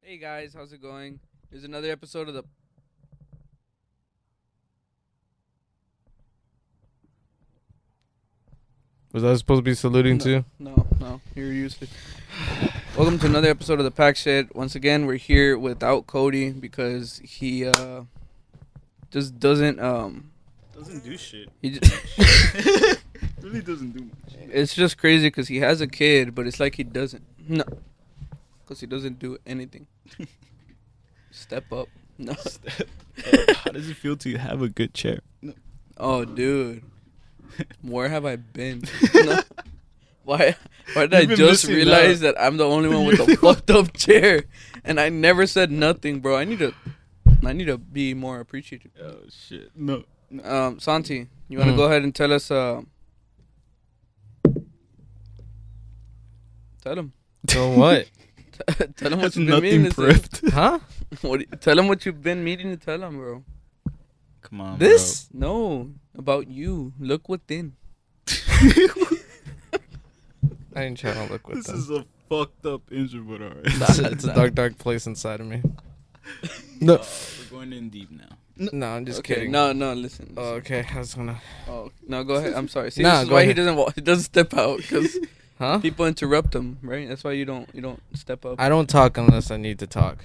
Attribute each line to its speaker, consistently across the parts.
Speaker 1: Hey guys, how's it going? Here's another episode of the.
Speaker 2: Was I supposed to be saluting
Speaker 1: No.
Speaker 2: to?
Speaker 1: No, no, you're used to. Welcome to another episode of the Pack Shed. Once again, we're here without Cody because he uh just doesn't um
Speaker 3: Doesn't do shit.
Speaker 1: he just,
Speaker 3: really doesn't do much.
Speaker 1: it's just crazy because he has a kid, but it's like he doesn't no because he doesn't do anything. Step up, no.
Speaker 3: How does it feel to have a good chair?
Speaker 1: Oh, dude, where have I been? No. Why? Why did
Speaker 3: You've
Speaker 1: I
Speaker 3: been
Speaker 1: just
Speaker 3: missing
Speaker 1: realize that I'm the only one with
Speaker 3: You're
Speaker 1: a
Speaker 3: the one-
Speaker 1: fucked up chair, and I never said nothing, bro. I need to, I need to be more appreciative.
Speaker 3: Oh shit. No.
Speaker 1: Um, Santi, you want to
Speaker 2: Hmm.
Speaker 1: go ahead and tell us? Uh, tell him.
Speaker 2: So what?
Speaker 1: tell him what
Speaker 3: That's
Speaker 1: you've been meaning
Speaker 3: nothing
Speaker 1: to say.
Speaker 3: prepped.
Speaker 2: huh?
Speaker 1: What, do you- tell him what you've been meaning to tell him, bro.
Speaker 3: Come on.
Speaker 2: This?
Speaker 1: No, about you. Look within.
Speaker 2: I ain't trying to look
Speaker 3: Bro.
Speaker 2: with
Speaker 3: This
Speaker 2: them.
Speaker 3: is a fucked up intro, but alright.
Speaker 2: It's, a- it's a dark, dark place inside of me. No,
Speaker 3: Uh, we're going in deep now.
Speaker 2: no, I'm just
Speaker 1: okay,
Speaker 2: kidding.
Speaker 1: no, no. Listen.
Speaker 2: Oh, okay, I was gonna.
Speaker 1: Oh no, go ahead. I'm sorry. See,
Speaker 2: Nah,
Speaker 1: this is
Speaker 2: go
Speaker 1: why he
Speaker 2: ahead.
Speaker 1: doesn't walk, he doesn't step out because
Speaker 2: Huh?
Speaker 1: people interrupt him, right? That's why you don't you don't step up.
Speaker 2: I don't talk unless I need to talk.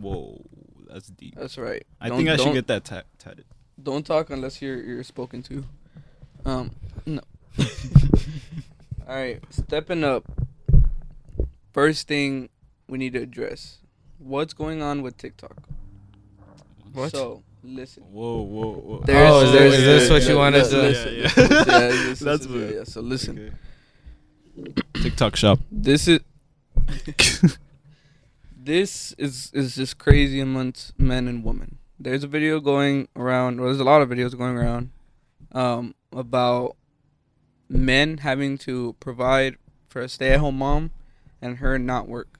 Speaker 3: Whoa, that's deep.
Speaker 1: That's right.
Speaker 3: I
Speaker 1: Don't-
Speaker 3: think I should
Speaker 1: don't-
Speaker 3: get that tat- tatted.
Speaker 1: Don't talk unless you're you're spoken to. Um, no. All right, stepping up. First thing we need to address: what's going on with TikTok?
Speaker 2: What?
Speaker 1: So listen.
Speaker 3: Whoa, whoa, whoa.
Speaker 1: There's-
Speaker 2: Oh, is there- is this what
Speaker 1: yeah,
Speaker 2: you wanted
Speaker 1: yeah,
Speaker 2: to-
Speaker 1: listen,
Speaker 3: Yeah, yeah.
Speaker 1: listen, yeah, this-
Speaker 3: That's
Speaker 1: this-
Speaker 3: what-
Speaker 1: yeah, So listen,
Speaker 3: Okay. TikTok shop.
Speaker 1: this is this is is just crazy amongst men and women. There's a video going around. Well, there's a lot of videos going around um, about men having to provide for a stay-at-home mom and her not work.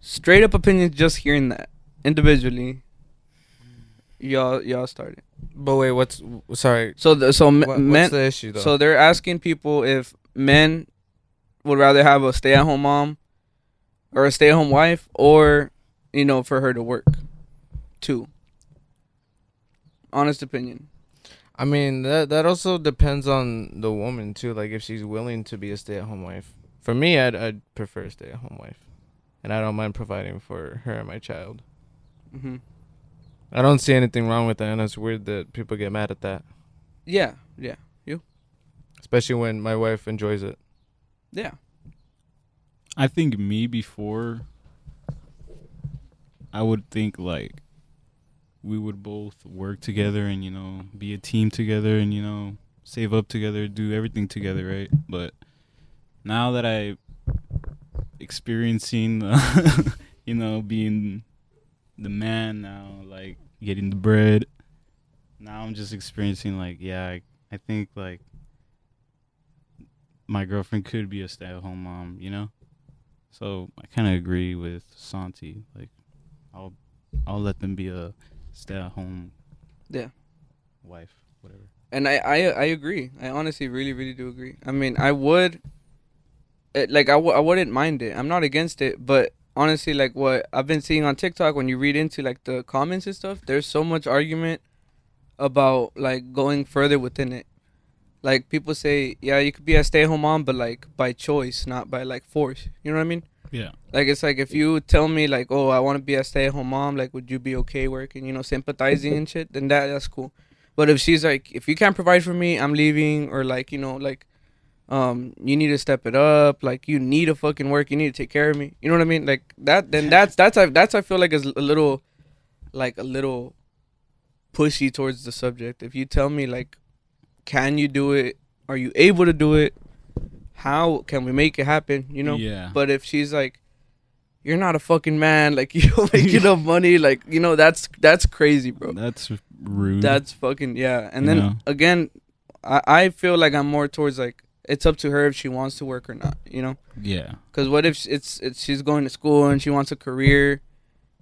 Speaker 1: Straight up opinions. Just hearing that individually, y'all y'all started.
Speaker 2: But wait, what's sorry?
Speaker 1: So the, so
Speaker 2: What,
Speaker 1: m- men
Speaker 2: what's the issue though?
Speaker 1: so they're asking people if men would rather have a stay-at-home mom or a stay-at-home wife, or you know, for her to work. Two. Honest opinion.
Speaker 2: I mean, that that also depends on the woman too. Like if she's willing to be a stay-at-home wife. For me, I'd I'd prefer a stay-at-home wife, and I don't mind providing for her and my child.
Speaker 1: hmm
Speaker 2: I don't see anything wrong with that, and it's weird that people get mad at that,
Speaker 1: Yeah, yeah,
Speaker 2: especially when my wife enjoys it.
Speaker 1: yeah.
Speaker 3: I think me before I would think like we would both work together and you know be a team together and you know save up together, do everything together, right? But now that I experiencing uh, you know being the man now like getting the bread now I'm just experiencing like yeah, I, I think like my girlfriend could be a stay-at-home mom, you know? So I kind of agree with Santi. Like, I'll I'll let them be a stay-at-home.
Speaker 1: Yeah.
Speaker 3: Wife, whatever.
Speaker 1: And I, I, I agree. I honestly really, really do agree. I mean, I would, it, like, I, w- I wouldn't mind it. I'm not against it, but honestly, like, what I've been seeing on TikTok, when you read into, like, the comments and stuff, there's so much argument about, like, going further within it. Like, people say, yeah, you could be a stay at home mom, but, like, by choice, not by, like, force. You know what I mean?
Speaker 3: Yeah.
Speaker 1: Like it's like if you tell me like, oh, I want to be a stay-at-home mom. Like, would you be okay working? You know, sympathizing and shit. Then that that's cool. But if she's like, if you can't provide for me, I'm leaving. Or like, you know, like, um, you need to step it up. Like, you need to fucking work. You need to take care of me. You know what I mean? Like that. Then that's that's I that's I feel like is a little, like a little, pushy towards the subject. If you tell me like, can you do it? Are you able to do it? How can we make it happen? You know.
Speaker 3: Yeah.
Speaker 1: But if she's like, "You're not a fucking man," like you don't make enough money, like you know, that's that's crazy, bro.
Speaker 3: that's rude.
Speaker 1: That's fucking yeah. And then
Speaker 3: Mm-hmm. Yeah.
Speaker 1: again, I I feel like I'm more towards like it's up to her if she wants to work or not, you know.
Speaker 3: yeah.
Speaker 1: Because what if it's it's she's going to school and she wants a career,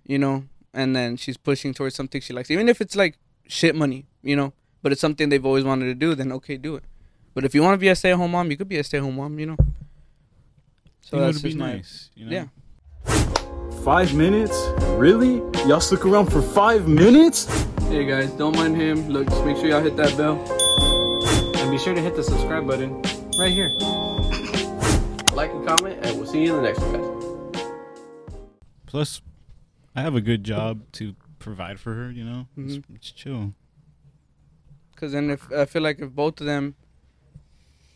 Speaker 1: you know, and then she's pushing towards something she likes, even if it's like shit money, you know, but it's something they've always wanted to do, then okay, do it. But if you want to be a stay-at-home mom, you could be a stay-at-home mom, you know.
Speaker 3: So it
Speaker 1: that's
Speaker 3: would be
Speaker 1: just my-
Speaker 3: nice. You know?
Speaker 1: yeah.
Speaker 4: Five minutes? Really? Y'all stuck around for five minutes?
Speaker 1: Hey guys, don't mind him. Look, just make sure y'all hit that bell.
Speaker 5: And be sure to hit the subscribe button right here.
Speaker 6: Like and comment, and we'll see you in the next one, guys.
Speaker 3: Plus, I have a good job to provide for her. You know, it's,
Speaker 1: Mm-hmm.
Speaker 3: it's chill.
Speaker 1: Because then if I feel like if both of them,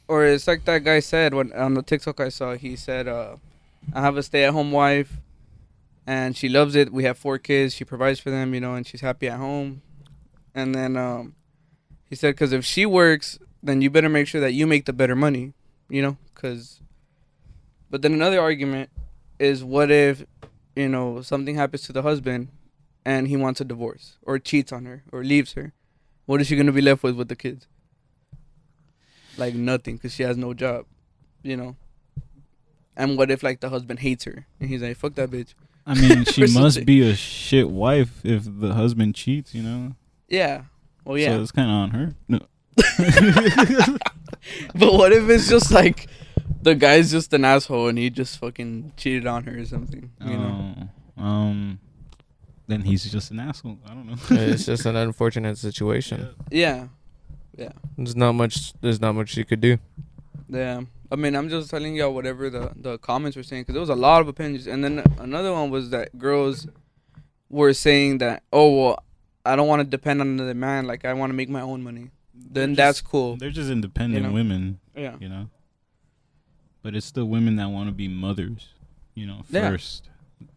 Speaker 1: or it's like that guy said when on the TikTok I saw, he said, uh, "I have a stay-at-home wife, and she loves it. We have four kids. She provides for them, you know, and she's happy at home." And then um, he said, "Because if she works, then you better make sure that you make the better money, you know, because." But then another argument is, what if, you know, something happens to the husband, and he wants a divorce or cheats on her or leaves her? What is she gonna be left with with the kids? Like nothing, cause she has no job, you know. And what if like the husband hates her and he's like, "Fuck that bitch."
Speaker 3: I mean, she
Speaker 1: Or something.
Speaker 3: must be a shit wife if the husband cheats. You know,
Speaker 1: Yeah. Well,
Speaker 3: so
Speaker 1: Oh, yeah.
Speaker 3: it's kind of on her. No,
Speaker 1: but what if it's just like the guy's just an asshole and he just fucking cheated on her or something? You know.
Speaker 3: Oh, um, then he's just an asshole. I don't know.
Speaker 2: it's just an unfortunate situation.
Speaker 1: Yeah.
Speaker 2: There's not much. There's not much you could do.
Speaker 1: Yeah. I mean, I'm just telling y'all whatever the, the comments were saying because there was a lot of opinions. And then another one was that girls were saying that, oh, well, I don't want to depend on the man. Like, I want to make my own money. Then
Speaker 3: They're
Speaker 1: that's
Speaker 3: just-
Speaker 1: cool.
Speaker 3: They're just independent
Speaker 1: You know?
Speaker 3: women,
Speaker 1: Yeah.
Speaker 3: you know. But it's still women that want to be mothers, you know,
Speaker 1: Yeah.
Speaker 3: first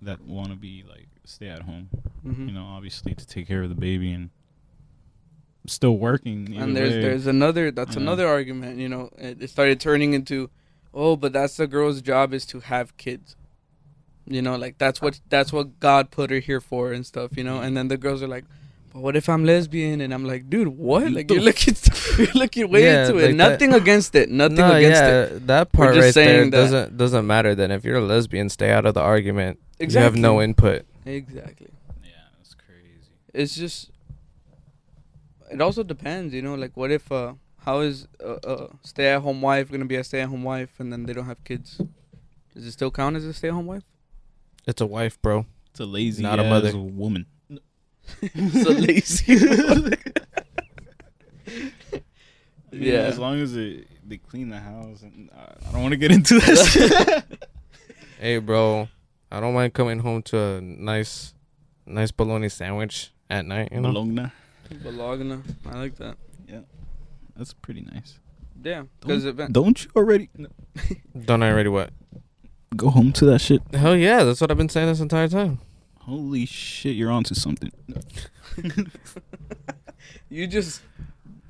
Speaker 3: that want to be like stay at home,
Speaker 1: hmm
Speaker 3: you know, obviously to take care of the baby and still working. either
Speaker 1: And there's
Speaker 3: way.
Speaker 1: there's another that's
Speaker 2: Uh-huh.
Speaker 3: Yeah.
Speaker 1: another argument. You know, it, it started turning into, oh, but that's the girl's job is to have kids. You know, like that's what that's what God put her here for and stuff. You know, and then the girls are like. But what if I'm lesbian? And I'm like, dude, what? Like you're looking, you're looking way
Speaker 2: Yeah,
Speaker 1: into it.
Speaker 2: like that-
Speaker 1: Nothing against it. Nothing
Speaker 2: no,
Speaker 1: against
Speaker 2: yeah,
Speaker 1: it.
Speaker 2: that part
Speaker 1: just
Speaker 2: right there
Speaker 1: saying that-
Speaker 2: doesn't doesn't matter. Then if you're a lesbian, stay out of the argument. You have
Speaker 1: Exactly.
Speaker 2: no input.
Speaker 1: Exactly.
Speaker 3: yeah, that's crazy.
Speaker 1: It's just. It also depends, you know. Like, what if uh, how is a, a stay-at-home wife gonna be a stay-at-home wife, and then they don't have kids? Does it still count as a stay-at-home wife?
Speaker 2: It's a wife, bro.
Speaker 3: It's a lazy
Speaker 2: Not a
Speaker 3: ass
Speaker 2: mother.
Speaker 3: woman.
Speaker 1: it's a lazy.
Speaker 3: I mean,
Speaker 1: Yeah.
Speaker 3: as long as it, they clean the house, and uh, I, I don't want to get into this.
Speaker 2: Hey, bro, I don't mind coming home to a nice, nice bologna sandwich at night. You know,
Speaker 3: Bologna,
Speaker 1: Bologna. I like that.
Speaker 3: that's pretty nice.
Speaker 1: Yeah, because
Speaker 3: Don't you already
Speaker 2: don't I already what?
Speaker 3: go home to that shit?
Speaker 2: Hell yeah, that's what I've been saying this entire time.
Speaker 3: Holy shit, you're onto something.
Speaker 1: you just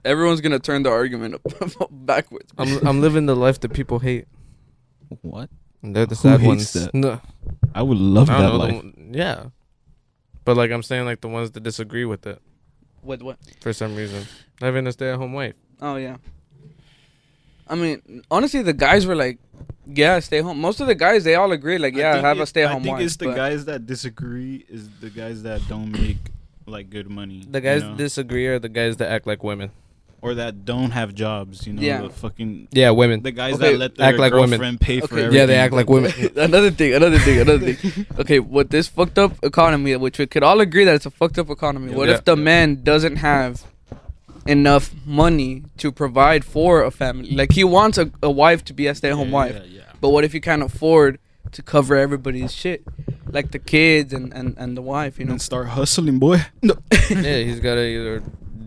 Speaker 1: everyone's gonna turn the argument up backwards.
Speaker 2: I'm I'm living the life that people hate.
Speaker 3: What?
Speaker 2: And they're the
Speaker 3: Who
Speaker 2: sad
Speaker 3: hates
Speaker 2: ones.
Speaker 3: that?
Speaker 2: No,
Speaker 3: I would love
Speaker 2: I
Speaker 3: that
Speaker 2: don't know.
Speaker 3: life.
Speaker 2: the one- yeah, but like I'm saying, like the ones that disagree with it
Speaker 1: With what?
Speaker 2: for some reason, having a stay-at-home wife.
Speaker 1: Oh yeah. I mean, honestly, the guys were like, "Yeah, stay home." Most of the guys, they all agree, like, "Yeah, have a stay-at-home
Speaker 3: I think
Speaker 1: wife."
Speaker 3: it's the
Speaker 1: but-
Speaker 3: guys that disagree is the guys that don't make like good money.
Speaker 2: The guys
Speaker 3: you know?
Speaker 2: that disagree are the guys that act like women.
Speaker 3: or that don't have jobs. You know,
Speaker 1: Yeah.
Speaker 3: the fucking
Speaker 2: Yeah, women.
Speaker 3: the guys
Speaker 1: Okay,
Speaker 3: that let their
Speaker 2: act like women.
Speaker 3: girlfriend pay for
Speaker 1: Okay.
Speaker 3: everything.
Speaker 2: yeah, they act like women.
Speaker 1: another thing, another thing, another thing. Okay, what this fucked up economy, which we could all agree that it's a fucked up economy. What
Speaker 2: Yeah.
Speaker 1: if the man doesn't have enough money to provide for a family? Like he wants a, a wife to be a stay at home wife, but what if you can't afford to cover everybody's shit, like the kids and and, and the wife? You
Speaker 3: And
Speaker 1: know,
Speaker 3: then start hustling, boy. No,
Speaker 2: yeah, he's got to either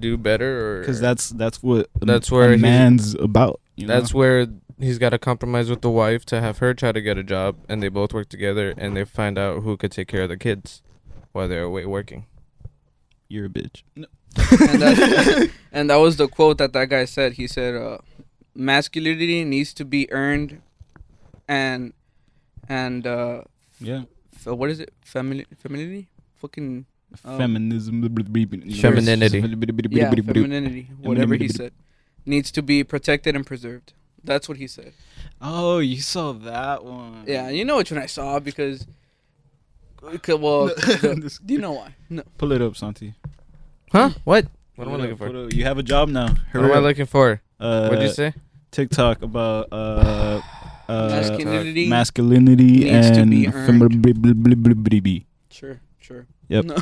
Speaker 2: do better or
Speaker 3: because that's that's what a-
Speaker 2: That's where
Speaker 3: a
Speaker 2: he's-
Speaker 3: man's about. You know?
Speaker 2: that's where he's got to compromise with the wife to have her try to get a job, and they both work together, and they find out who could take care of the kids while they're away working.
Speaker 3: you're a bitch.
Speaker 1: and, that, and that was the quote that that guy said. He said, uh, "Masculinity needs to be earned, and and uh,
Speaker 3: Yeah,
Speaker 1: fe- what is it? Family, femininity, fucking Oh.
Speaker 3: feminism.
Speaker 2: Femininity.
Speaker 1: yeah, femininity. Whatever he said needs to be protected and preserved. That's what he said.
Speaker 3: Oh, you saw that one.
Speaker 1: Yeah, you know which one I saw because, because well, the- do you know why? No,
Speaker 3: Pull it up, Santi.
Speaker 2: Huh? What? What am I
Speaker 3: Pull it
Speaker 2: looking
Speaker 3: up,
Speaker 2: for?
Speaker 3: pull it up. You have a job now.
Speaker 2: What am I looking for?
Speaker 3: Uh,
Speaker 2: What'd you say?
Speaker 3: TikTok about uh uh,
Speaker 1: Masculinity.
Speaker 3: masculinity
Speaker 1: needs to
Speaker 3: and
Speaker 1: be earned.
Speaker 3: femi-
Speaker 1: Sure, sure.
Speaker 3: Yep.
Speaker 1: No.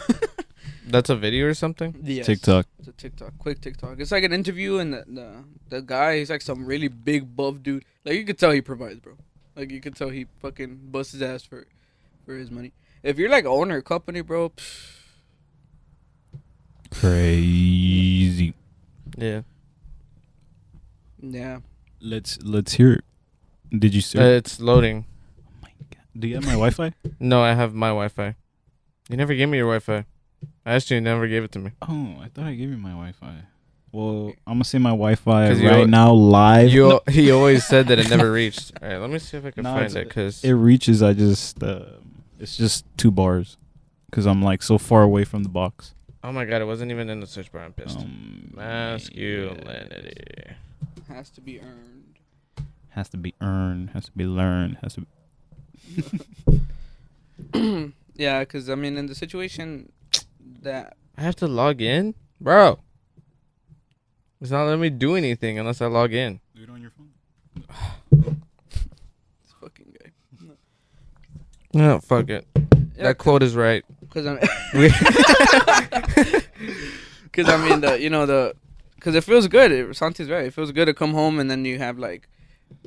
Speaker 2: That's a video or something.
Speaker 1: yes.
Speaker 3: TikTok.
Speaker 1: It's a TikTok, quick TikTok. It's like an interview, and the, the the guy, he's like some really big buff dude. Like you could tell he provides, bro. Like you could tell he fucking busts his ass for for his money. If you're like owner of company, bro, psh,
Speaker 3: Crazy.
Speaker 2: Yeah,
Speaker 1: yeah.
Speaker 3: Let's let's hear. It. Did you
Speaker 2: uh,
Speaker 3: search?
Speaker 2: it's loading.
Speaker 3: Do you have my Wi-Fi?
Speaker 2: No, I have my Wi-Fi. You never gave me your Wi-Fi. I asked you, you never gave it to me.
Speaker 3: Oh, I thought I gave you my Wi-Fi. Well, I'm gonna say my Wi-Fi
Speaker 2: 'Cause you al-
Speaker 3: right now live.
Speaker 2: You al- he always said that it never reached. All right, let me see if I can
Speaker 3: No,
Speaker 2: find
Speaker 3: it's-
Speaker 2: it because
Speaker 3: it reaches. I just uh, it's just two bars, cause I'm like so far away from the box.
Speaker 2: oh my god, it wasn't even in the search bar. I'm pissed.
Speaker 3: Um,
Speaker 2: Masculinity.
Speaker 1: Has to be earned.
Speaker 3: Has to be earned. Has to be learned. Has to. Be,
Speaker 1: Yeah, because I mean, in the situation that
Speaker 2: I have to log in, bro. It's not letting me do anything unless I log in.
Speaker 3: Do it on your phone.
Speaker 1: this fucking guy.
Speaker 2: No, Oh, fuck it. that quote is right.
Speaker 1: Because I'm. Because I mean the you know the because it feels good. It, Santi's right. It feels good to come home and then you have like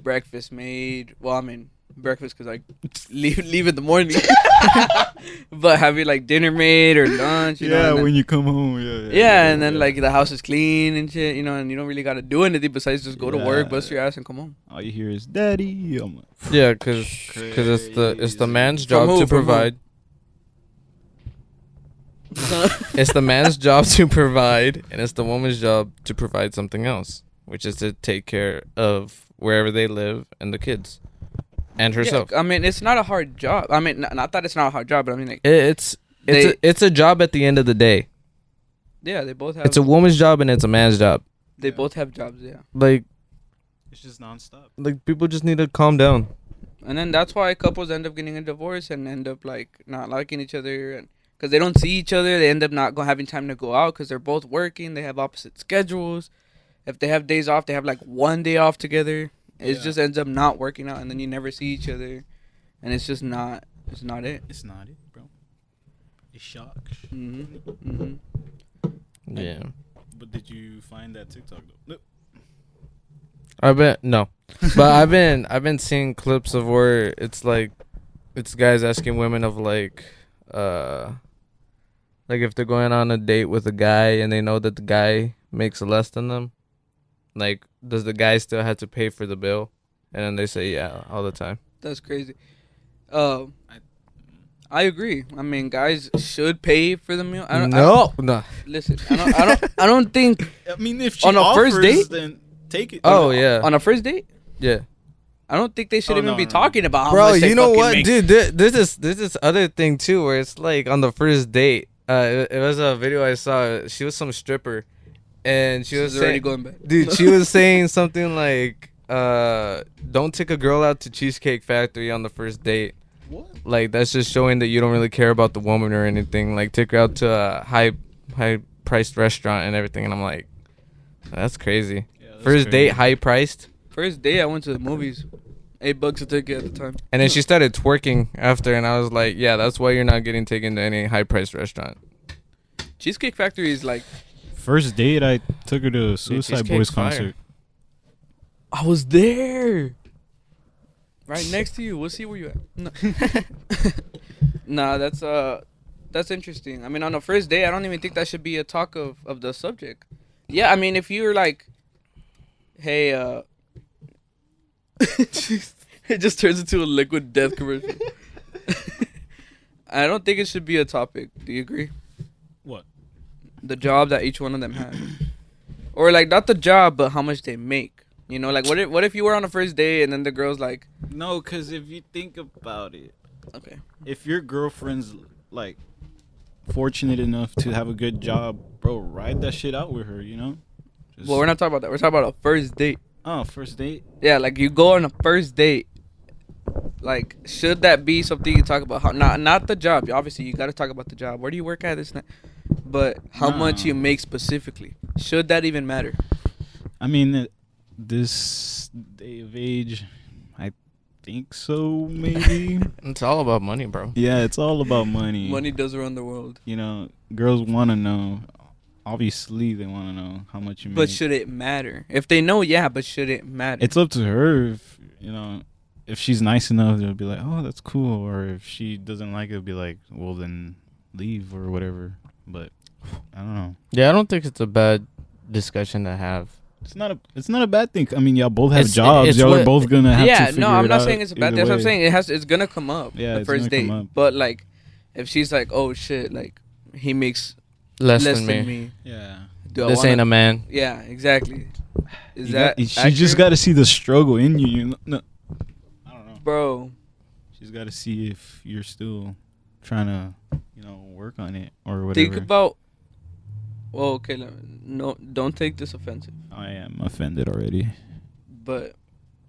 Speaker 1: breakfast made. Well, I mean breakfast because I leave leave in the morning, but having like dinner made or lunch. You
Speaker 3: yeah,
Speaker 1: know, and then-
Speaker 3: when you come home. Yeah. Yeah,
Speaker 1: yeah, and then like the house is clean and shit, you know, and you don't really gotta do anything besides just go to work,
Speaker 3: Yeah.
Speaker 1: bust your ass, and come home.
Speaker 3: all you hear is daddy. I'm like,
Speaker 2: Yeah, cause, 'cause it's the it's the man's
Speaker 1: From
Speaker 2: job
Speaker 1: who?
Speaker 2: to
Speaker 1: From who?
Speaker 2: provide. It's the man's job to provide, and it's the woman's job to provide something else, which is to take care of wherever they live and the kids, and herself.
Speaker 1: Yeah, I mean, it's not a hard job. I mean, not, not that it's not a hard job, but I mean, like,
Speaker 2: It- it's it's a, it's a job at the end of the day.
Speaker 1: yeah, they both have.
Speaker 2: It's a woman's job and it's a man's job.
Speaker 1: they both have jobs, yeah.
Speaker 2: Like
Speaker 3: it's just nonstop.
Speaker 2: like people just need to calm down.
Speaker 1: and then that's why couples end up getting a divorce and end up like not liking each other and because they don't see each other they end up not go, having time to go out because they're both working they have opposite schedules if they have days off they have like one day off together it just ends up not working out and then you never see each other and it's just not it's not it
Speaker 3: It's not it, bro. It shocks.
Speaker 1: hmm hmm
Speaker 2: Yeah.
Speaker 3: But did you find that TikTok though?
Speaker 2: I've been no, but I've been I've been seeing clips of where it's like, it's guys asking women of like, uh, like if they're going on a date with a guy and they know that the guy makes less than them, like does the guy still have to pay for the bill? And then they say yeah all the time.
Speaker 1: that's crazy uh, i agree i mean guys should pay for the meal i don't I-
Speaker 2: no, no.
Speaker 1: listen I don't, I don't i don't think
Speaker 3: I mean, if she
Speaker 1: On a first
Speaker 3: offers,
Speaker 1: date?
Speaker 3: then take it.
Speaker 2: Oh yeah,
Speaker 1: on a first date
Speaker 2: yeah.
Speaker 1: I don't think they should
Speaker 3: Oh,
Speaker 1: even
Speaker 3: no,
Speaker 1: be
Speaker 3: no, no.
Speaker 1: talking about how
Speaker 2: Bro,
Speaker 1: much they
Speaker 2: you know
Speaker 1: fucking
Speaker 2: what,
Speaker 1: make.
Speaker 2: dude? This, this is this is other thing too, where it's like on the first date. Uh, it, it was a video I saw. She was some stripper, and she was
Speaker 1: She's already
Speaker 2: saying-
Speaker 1: going back.
Speaker 2: dude she was saying something like uh don't take a girl out to cheesecake factory on the first date
Speaker 3: What?
Speaker 2: like that's just showing that you don't really care about the woman or anything like take her out to a high high priced restaurant and everything and i'm like that's crazy
Speaker 3: that's
Speaker 2: first
Speaker 3: crazy.
Speaker 2: date high priced
Speaker 1: First day I went to the movies, eight bucks a ticket at the time.
Speaker 2: and then she started twerking after and i was like yeah that's why you're not getting taken to any high priced restaurant
Speaker 1: Cheesecake Factory is like
Speaker 3: First date, I took her to a Suicide
Speaker 2: Cheesecake
Speaker 3: Boys
Speaker 2: fire.
Speaker 3: concert.
Speaker 1: I was there, right next to you. We'll see where you at. No. nah, that's uh, that's interesting. I mean, on the first day, I don't even think that should be a talk of of the subject. Yeah, I mean, if you're like, hey, uh, it just turns into a liquid death commercial. I don't think it should be a topic. Do you agree?
Speaker 3: What?
Speaker 1: the job that each one of them has, or like not the job, but how much they make. You know, like what if what if you were on the first day and then the girl's like,
Speaker 3: No, because if you think about it,
Speaker 1: okay,
Speaker 3: if your girlfriend's like fortunate enough to have a good job, bro, ride that shit out with her. You know. Just,
Speaker 1: well we're not talking about that. We're talking about a first date.
Speaker 3: Oh, first date.
Speaker 1: Yeah, like you go on a first date. Like, should that be something you talk about? How, not not the job. Obviously, you got to talk about the job. Where do you work at this? and that. But how much
Speaker 3: No.
Speaker 1: you make specifically? Should that even matter?
Speaker 3: I mean, uh, this day of age, I think so, maybe.
Speaker 2: It's all about money, bro.
Speaker 3: yeah, it's all about money.
Speaker 1: Money does run the world.
Speaker 3: You know, girls want to know. Obviously, they want to know how much you make.
Speaker 1: But should it matter? If they know, yeah, but should it matter?
Speaker 3: Mm. it's up to her if you know if she's nice enough they'll be like oh that's cool or if she doesn't like it will be like well then leave or whatever but i don't know
Speaker 2: Yeah, I don't think it's a bad discussion to have.
Speaker 3: it's not a it's not a bad thing i mean y'all both have
Speaker 2: It's-
Speaker 3: jobs
Speaker 2: it's
Speaker 3: y'all are
Speaker 2: what-
Speaker 3: both gonna have to
Speaker 1: yeah,
Speaker 3: figure
Speaker 1: no, I'm
Speaker 3: it
Speaker 1: not
Speaker 3: out
Speaker 1: saying it's a bad.
Speaker 3: either
Speaker 1: That's what I'm
Speaker 3: way.
Speaker 1: saying. It has. It's gonna come up.
Speaker 3: Yeah,
Speaker 1: the
Speaker 3: it's
Speaker 1: first
Speaker 3: gonna
Speaker 1: date.
Speaker 3: come up.
Speaker 1: But like, if she's like, oh shit, like he makes
Speaker 2: Less,
Speaker 1: less,
Speaker 2: than, me.
Speaker 1: than me.
Speaker 3: yeah
Speaker 1: Do I
Speaker 2: This
Speaker 1: wanna-
Speaker 2: ain't a man.
Speaker 1: Yeah, exactly. Is
Speaker 3: You
Speaker 1: that
Speaker 3: got- she just
Speaker 1: accurate?
Speaker 3: got to see the struggle in you, you know? no, i don't know
Speaker 1: bro?
Speaker 3: she's got to see if you're still trying to you know work on it or whatever
Speaker 1: Think about. Well, okay, let- no, don't take this offensive,
Speaker 3: i am offended already
Speaker 1: but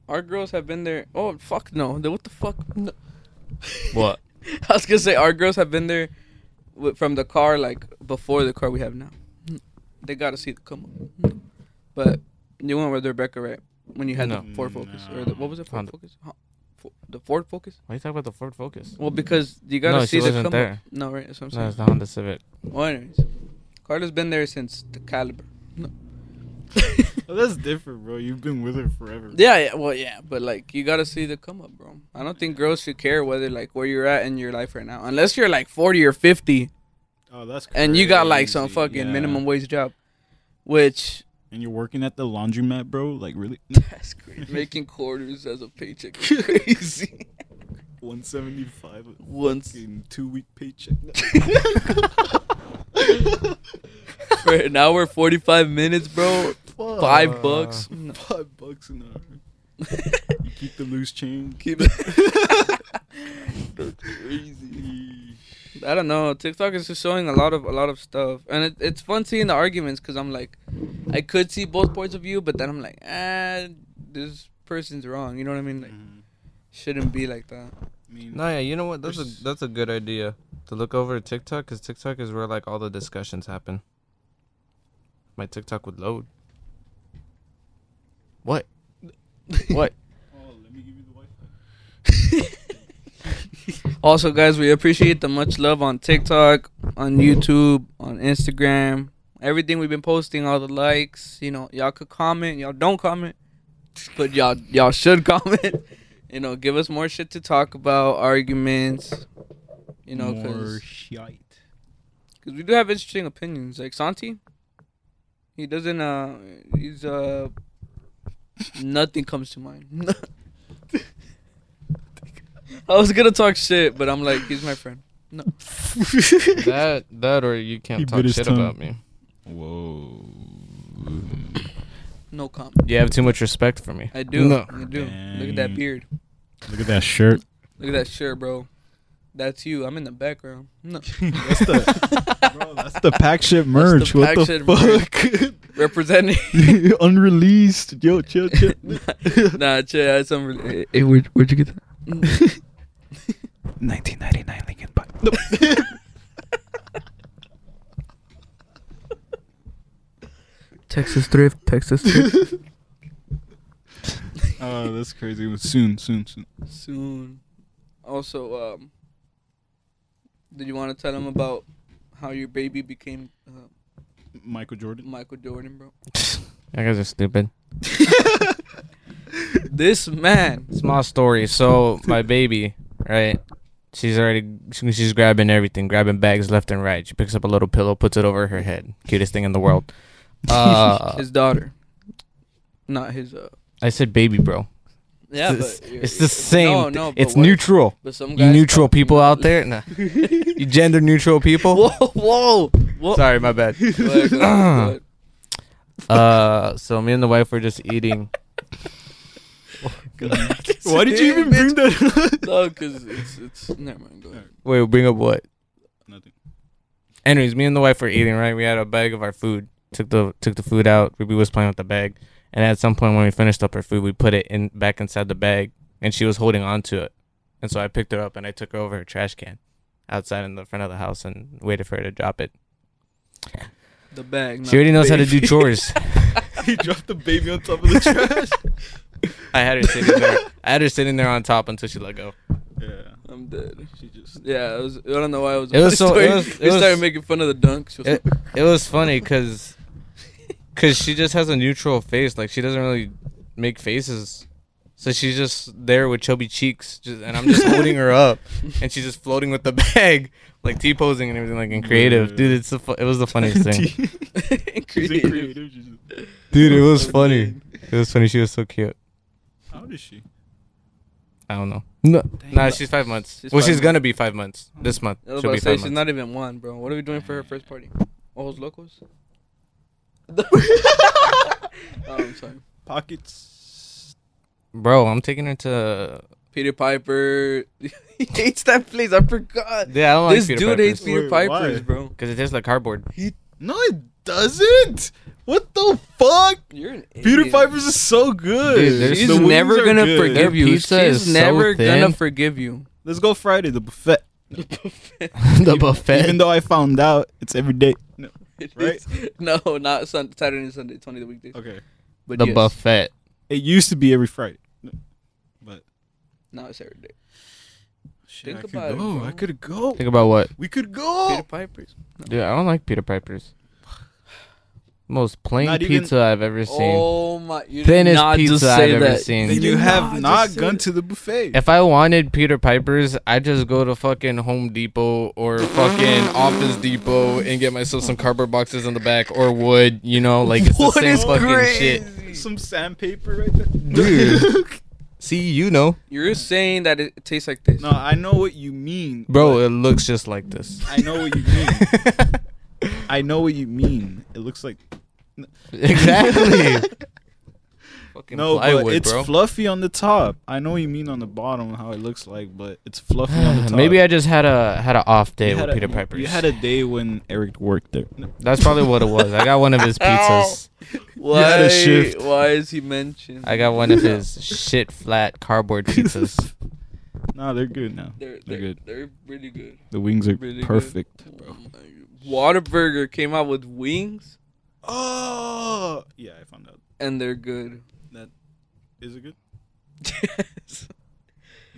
Speaker 1: our girls have been there. Oh fuck no! Then What the fuck? No.
Speaker 2: What?
Speaker 1: I was gonna say our girls have been there wi- from the car like before the car we have now. They gotta see the come up. But you went with Rebecca, right? When you had the
Speaker 3: No.
Speaker 1: Ford Focus or the, what was it? Ford
Speaker 2: Honda.
Speaker 1: Focus? Huh? Fo- The Ford Focus?
Speaker 2: Why you talking about the Ford Focus?
Speaker 1: Well, because you gotta
Speaker 2: No, she
Speaker 1: see the
Speaker 2: wasn't
Speaker 1: come up.
Speaker 2: there.
Speaker 1: No, right? That's what I'm
Speaker 2: No,
Speaker 1: saying.
Speaker 2: it's the Honda Civic.
Speaker 1: Well, anyways, Carla's been there since the caliber. No.
Speaker 3: well, that's different bro you've been with her forever
Speaker 1: yeah, yeah, well, yeah, but like you gotta see the come up, bro. I don't think girls should care whether like where you're at in your life right now, unless you're like 40 or 50
Speaker 3: Oh, that's
Speaker 1: and you got like some
Speaker 3: crazy,
Speaker 1: fucking
Speaker 3: yeah.
Speaker 1: minimum wage job, which
Speaker 3: And you're working at the laundromat, bro. Like really,
Speaker 1: that's crazy. Making quarters as a paycheck, is crazy.
Speaker 3: one seventy five
Speaker 1: Once
Speaker 3: in two week paycheck.
Speaker 1: for an hour, 45 minutes, bro. Five bucks. No.
Speaker 3: Five bucks an hour. you keep the loose change.
Speaker 1: Keep it crazy. I don't know. TikTok is just showing a lot of a lot of stuff, and it, it's fun seeing the arguments because I'm like, I could see both points of view, but then I'm like, ah, this person's wrong. You know what I mean? Like, shouldn't be like that.
Speaker 3: I mean,
Speaker 2: No, yeah, you know what? That's a that's a good idea to look over TikTok because TikTok is where like all the discussions happen. My TikTok would load. What? what?
Speaker 3: oh, let me give you the Wi-Fi.
Speaker 1: Also, guys, we appreciate the much love on TikTok, on YouTube, on Instagram. Everything we've been posting, all the likes. You know, y'all could comment. Y'all don't comment, but y'all y'all should comment. You know, give us more shit to talk about, arguments. You know,
Speaker 3: more
Speaker 1: because
Speaker 3: shite.
Speaker 1: we do have interesting opinions. Like Santi, he doesn't. Uh, he's uh. Nothing comes to mind. I was gonna talk shit, but I'm like, he's my friend.
Speaker 2: that that or you
Speaker 3: He
Speaker 2: can't
Speaker 3: bit
Speaker 2: talk
Speaker 3: his
Speaker 2: shit
Speaker 3: tongue.
Speaker 2: about me.
Speaker 3: Whoa.
Speaker 1: No comment.
Speaker 2: You have too much respect for me.
Speaker 1: I do.
Speaker 2: No.
Speaker 1: I do. Look at that
Speaker 3: Dang.
Speaker 1: beard.
Speaker 3: Look at that shirt.
Speaker 1: Look at that shirt, bro. That's you. I'm in the background. No.
Speaker 3: that's the bro. That's the pack shit merch.
Speaker 1: the
Speaker 3: what
Speaker 1: pack shit
Speaker 3: the
Speaker 1: Representing.
Speaker 3: fuck? Unreleased. Yo, chill, chill.
Speaker 1: nah, chill. That's unre- hey, where'd, where'd you get that?
Speaker 3: 1999 Lincoln Park.
Speaker 1: Texas thrift. Texas thrift.
Speaker 3: Oh, that's crazy. It was soon, soon, soon.
Speaker 1: Soon. Also, um, did you want to tell him about how your baby became uh,
Speaker 3: Michael Jordan.
Speaker 1: Michael Jordan, bro?
Speaker 2: You guys are stupid.
Speaker 1: This man.
Speaker 2: Small story. So my baby, right? She's already she- she's grabbing everything, grabbing bags left and right. She picks up a little pillow, puts it over her head. Cutest thing in the world. Uh,
Speaker 1: his daughter. Not his. Uh,
Speaker 2: I said baby, bro.
Speaker 1: yeah,
Speaker 2: it's,
Speaker 1: but
Speaker 2: it's the same.
Speaker 1: No, no. but
Speaker 2: it's
Speaker 1: what-
Speaker 2: neutral.
Speaker 1: But some
Speaker 2: You
Speaker 1: guys
Speaker 2: neutral
Speaker 1: thought-
Speaker 2: people out there, nah. you gender neutral people.
Speaker 1: Whoa, whoa, whoa.
Speaker 2: Sorry, my bad.
Speaker 1: Go ahead, go ahead, go ahead.
Speaker 2: Uh, so me and the wife were just eating.
Speaker 3: Why did you even bring that?
Speaker 1: No, because it's it's never mind. Go ahead.
Speaker 2: Wait, bring up what?
Speaker 3: Nothing.
Speaker 2: Anyways, me and the wife were eating. Right, we had a bag of our food. Took the took the food out. Ruby was playing with the bag, and at some point when we finished up her food, we put it in back inside the bag, and she was holding on to it. And so I picked her up and I took her over her trash can, outside in the front of the house, and waited for her to drop it.
Speaker 1: The bag.
Speaker 2: She already knows how to do chores.
Speaker 3: He dropped the baby on top of the trash.
Speaker 2: I had her sitting there. I had her sitting there on top until she let go.
Speaker 3: Yeah.
Speaker 1: I'm dead.
Speaker 3: She just.
Speaker 1: Yeah, it was, I don't know why it was.
Speaker 2: It was so- it was-
Speaker 1: we
Speaker 2: it was-
Speaker 1: started making fun of the dunks. She was
Speaker 2: It,
Speaker 1: like,
Speaker 2: it was funny because cause she just has a neutral face. Like she doesn't really make faces. So she's just there with chubby cheeks, just, and I'm just holding her up, and she's just floating with the bag, like T posing and everything, like in creative, dude. It's the fu- it was the funniest thing,
Speaker 3: She's a
Speaker 1: creative.
Speaker 3: creative. She's just,
Speaker 2: dude. It was funny. It was funny. She was so cute.
Speaker 3: how old is she?
Speaker 2: I don't know. No, nah, she's five months.
Speaker 1: She's
Speaker 2: well,
Speaker 1: five
Speaker 2: she's
Speaker 1: months.
Speaker 2: gonna be five months this month.
Speaker 1: I was
Speaker 2: She'll
Speaker 1: about
Speaker 2: be
Speaker 1: to say
Speaker 2: five
Speaker 1: she's
Speaker 2: months.
Speaker 1: not even one, bro. What are we doing for her first party? Ojos locos. oh, I'm sorry.
Speaker 3: Pockets.
Speaker 2: Bro, I'm taking her to.
Speaker 1: Peter Piper. he hates that place. I forgot.
Speaker 2: Yeah, I don't
Speaker 1: this
Speaker 2: like Peter
Speaker 1: dude
Speaker 2: Piper's.
Speaker 1: hates Peter
Speaker 3: Wait,
Speaker 1: Piper's,
Speaker 3: why?
Speaker 1: bro.
Speaker 2: because it tastes like cardboard.
Speaker 3: No, it doesn't. What the fuck?
Speaker 1: You're an
Speaker 3: Peter
Speaker 1: idiot.
Speaker 3: Piper's is so good.
Speaker 2: Dude, there's
Speaker 3: The
Speaker 1: She's
Speaker 2: so-
Speaker 3: wings
Speaker 1: never
Speaker 3: are
Speaker 1: gonna
Speaker 3: good.
Speaker 1: forgive you.
Speaker 2: pizza
Speaker 1: She's
Speaker 2: is so
Speaker 1: never
Speaker 2: thin.
Speaker 1: gonna forgive you.
Speaker 3: Let's go Friday, the buffet.
Speaker 2: the
Speaker 3: Even though I found out it's every day. No.
Speaker 1: It
Speaker 3: Right?
Speaker 1: is- No, not sun- Saturday and Sunday. It's only the weekdays.
Speaker 3: Okay.
Speaker 1: But
Speaker 2: the
Speaker 1: yes,
Speaker 2: buffet.
Speaker 3: It used to be every Friday. No. But
Speaker 1: Now it's every day.
Speaker 3: shit,
Speaker 1: Think
Speaker 3: I could
Speaker 1: about it,
Speaker 3: go.
Speaker 1: bro.
Speaker 3: I could go.
Speaker 2: Think about what?
Speaker 3: We could
Speaker 1: Peter
Speaker 3: go.
Speaker 1: Piper's.
Speaker 2: Dude, I don't like Peter Piper's. Most plain
Speaker 3: Not even-
Speaker 2: pizza I've ever seen.
Speaker 1: Oh my! You did
Speaker 2: Thinnest
Speaker 1: not
Speaker 2: pizza
Speaker 1: just
Speaker 2: I've
Speaker 1: say
Speaker 2: ever
Speaker 1: that. You
Speaker 2: seen.
Speaker 3: Then you
Speaker 1: did
Speaker 3: have
Speaker 1: just
Speaker 3: not
Speaker 1: say
Speaker 3: gone
Speaker 1: that.
Speaker 3: to the buffet.
Speaker 2: If I wanted Peter Piper's, I'd just go to fucking Home Depot or fucking Office Depot and get myself some cardboard boxes in the back or wood, you know, like it's the
Speaker 1: Wood
Speaker 2: same
Speaker 1: is
Speaker 2: fucking
Speaker 1: crazy.
Speaker 2: shit.
Speaker 3: Some sandpaper right there.
Speaker 2: Dude. See, you know.
Speaker 1: You're saying that it tastes like this.
Speaker 3: no, I know what you mean.
Speaker 2: Bro,
Speaker 3: but
Speaker 2: it looks just like this.
Speaker 3: I know what you mean. I know what you mean. It looks like
Speaker 2: exactly. fucking
Speaker 3: no,
Speaker 2: plywood,
Speaker 3: but it's
Speaker 2: bro.
Speaker 3: fluffy on the top. I know what you mean on the bottom how it looks like, but it's fluffy on the top.
Speaker 2: Maybe I just had a had an off day
Speaker 3: You had
Speaker 2: with
Speaker 3: a-
Speaker 2: Peter
Speaker 3: you-
Speaker 2: Piper's.
Speaker 3: You had a day when Eric worked there. No.
Speaker 2: That's probably what it was. I got one of his pizzas.
Speaker 1: Why?
Speaker 3: had a shift.
Speaker 1: Why is he mentioned?
Speaker 2: I got one of his shit flat cardboard pizzas.
Speaker 3: Nah, they're good now.
Speaker 1: They're,
Speaker 3: They're
Speaker 1: they're,
Speaker 3: good.
Speaker 1: They're really good.
Speaker 3: The wings are
Speaker 1: Really good.
Speaker 3: perfect.
Speaker 1: Oh my- Whataburger came out with wings,
Speaker 3: Oh, yeah, I found out.
Speaker 1: and they're good.
Speaker 3: Is it good?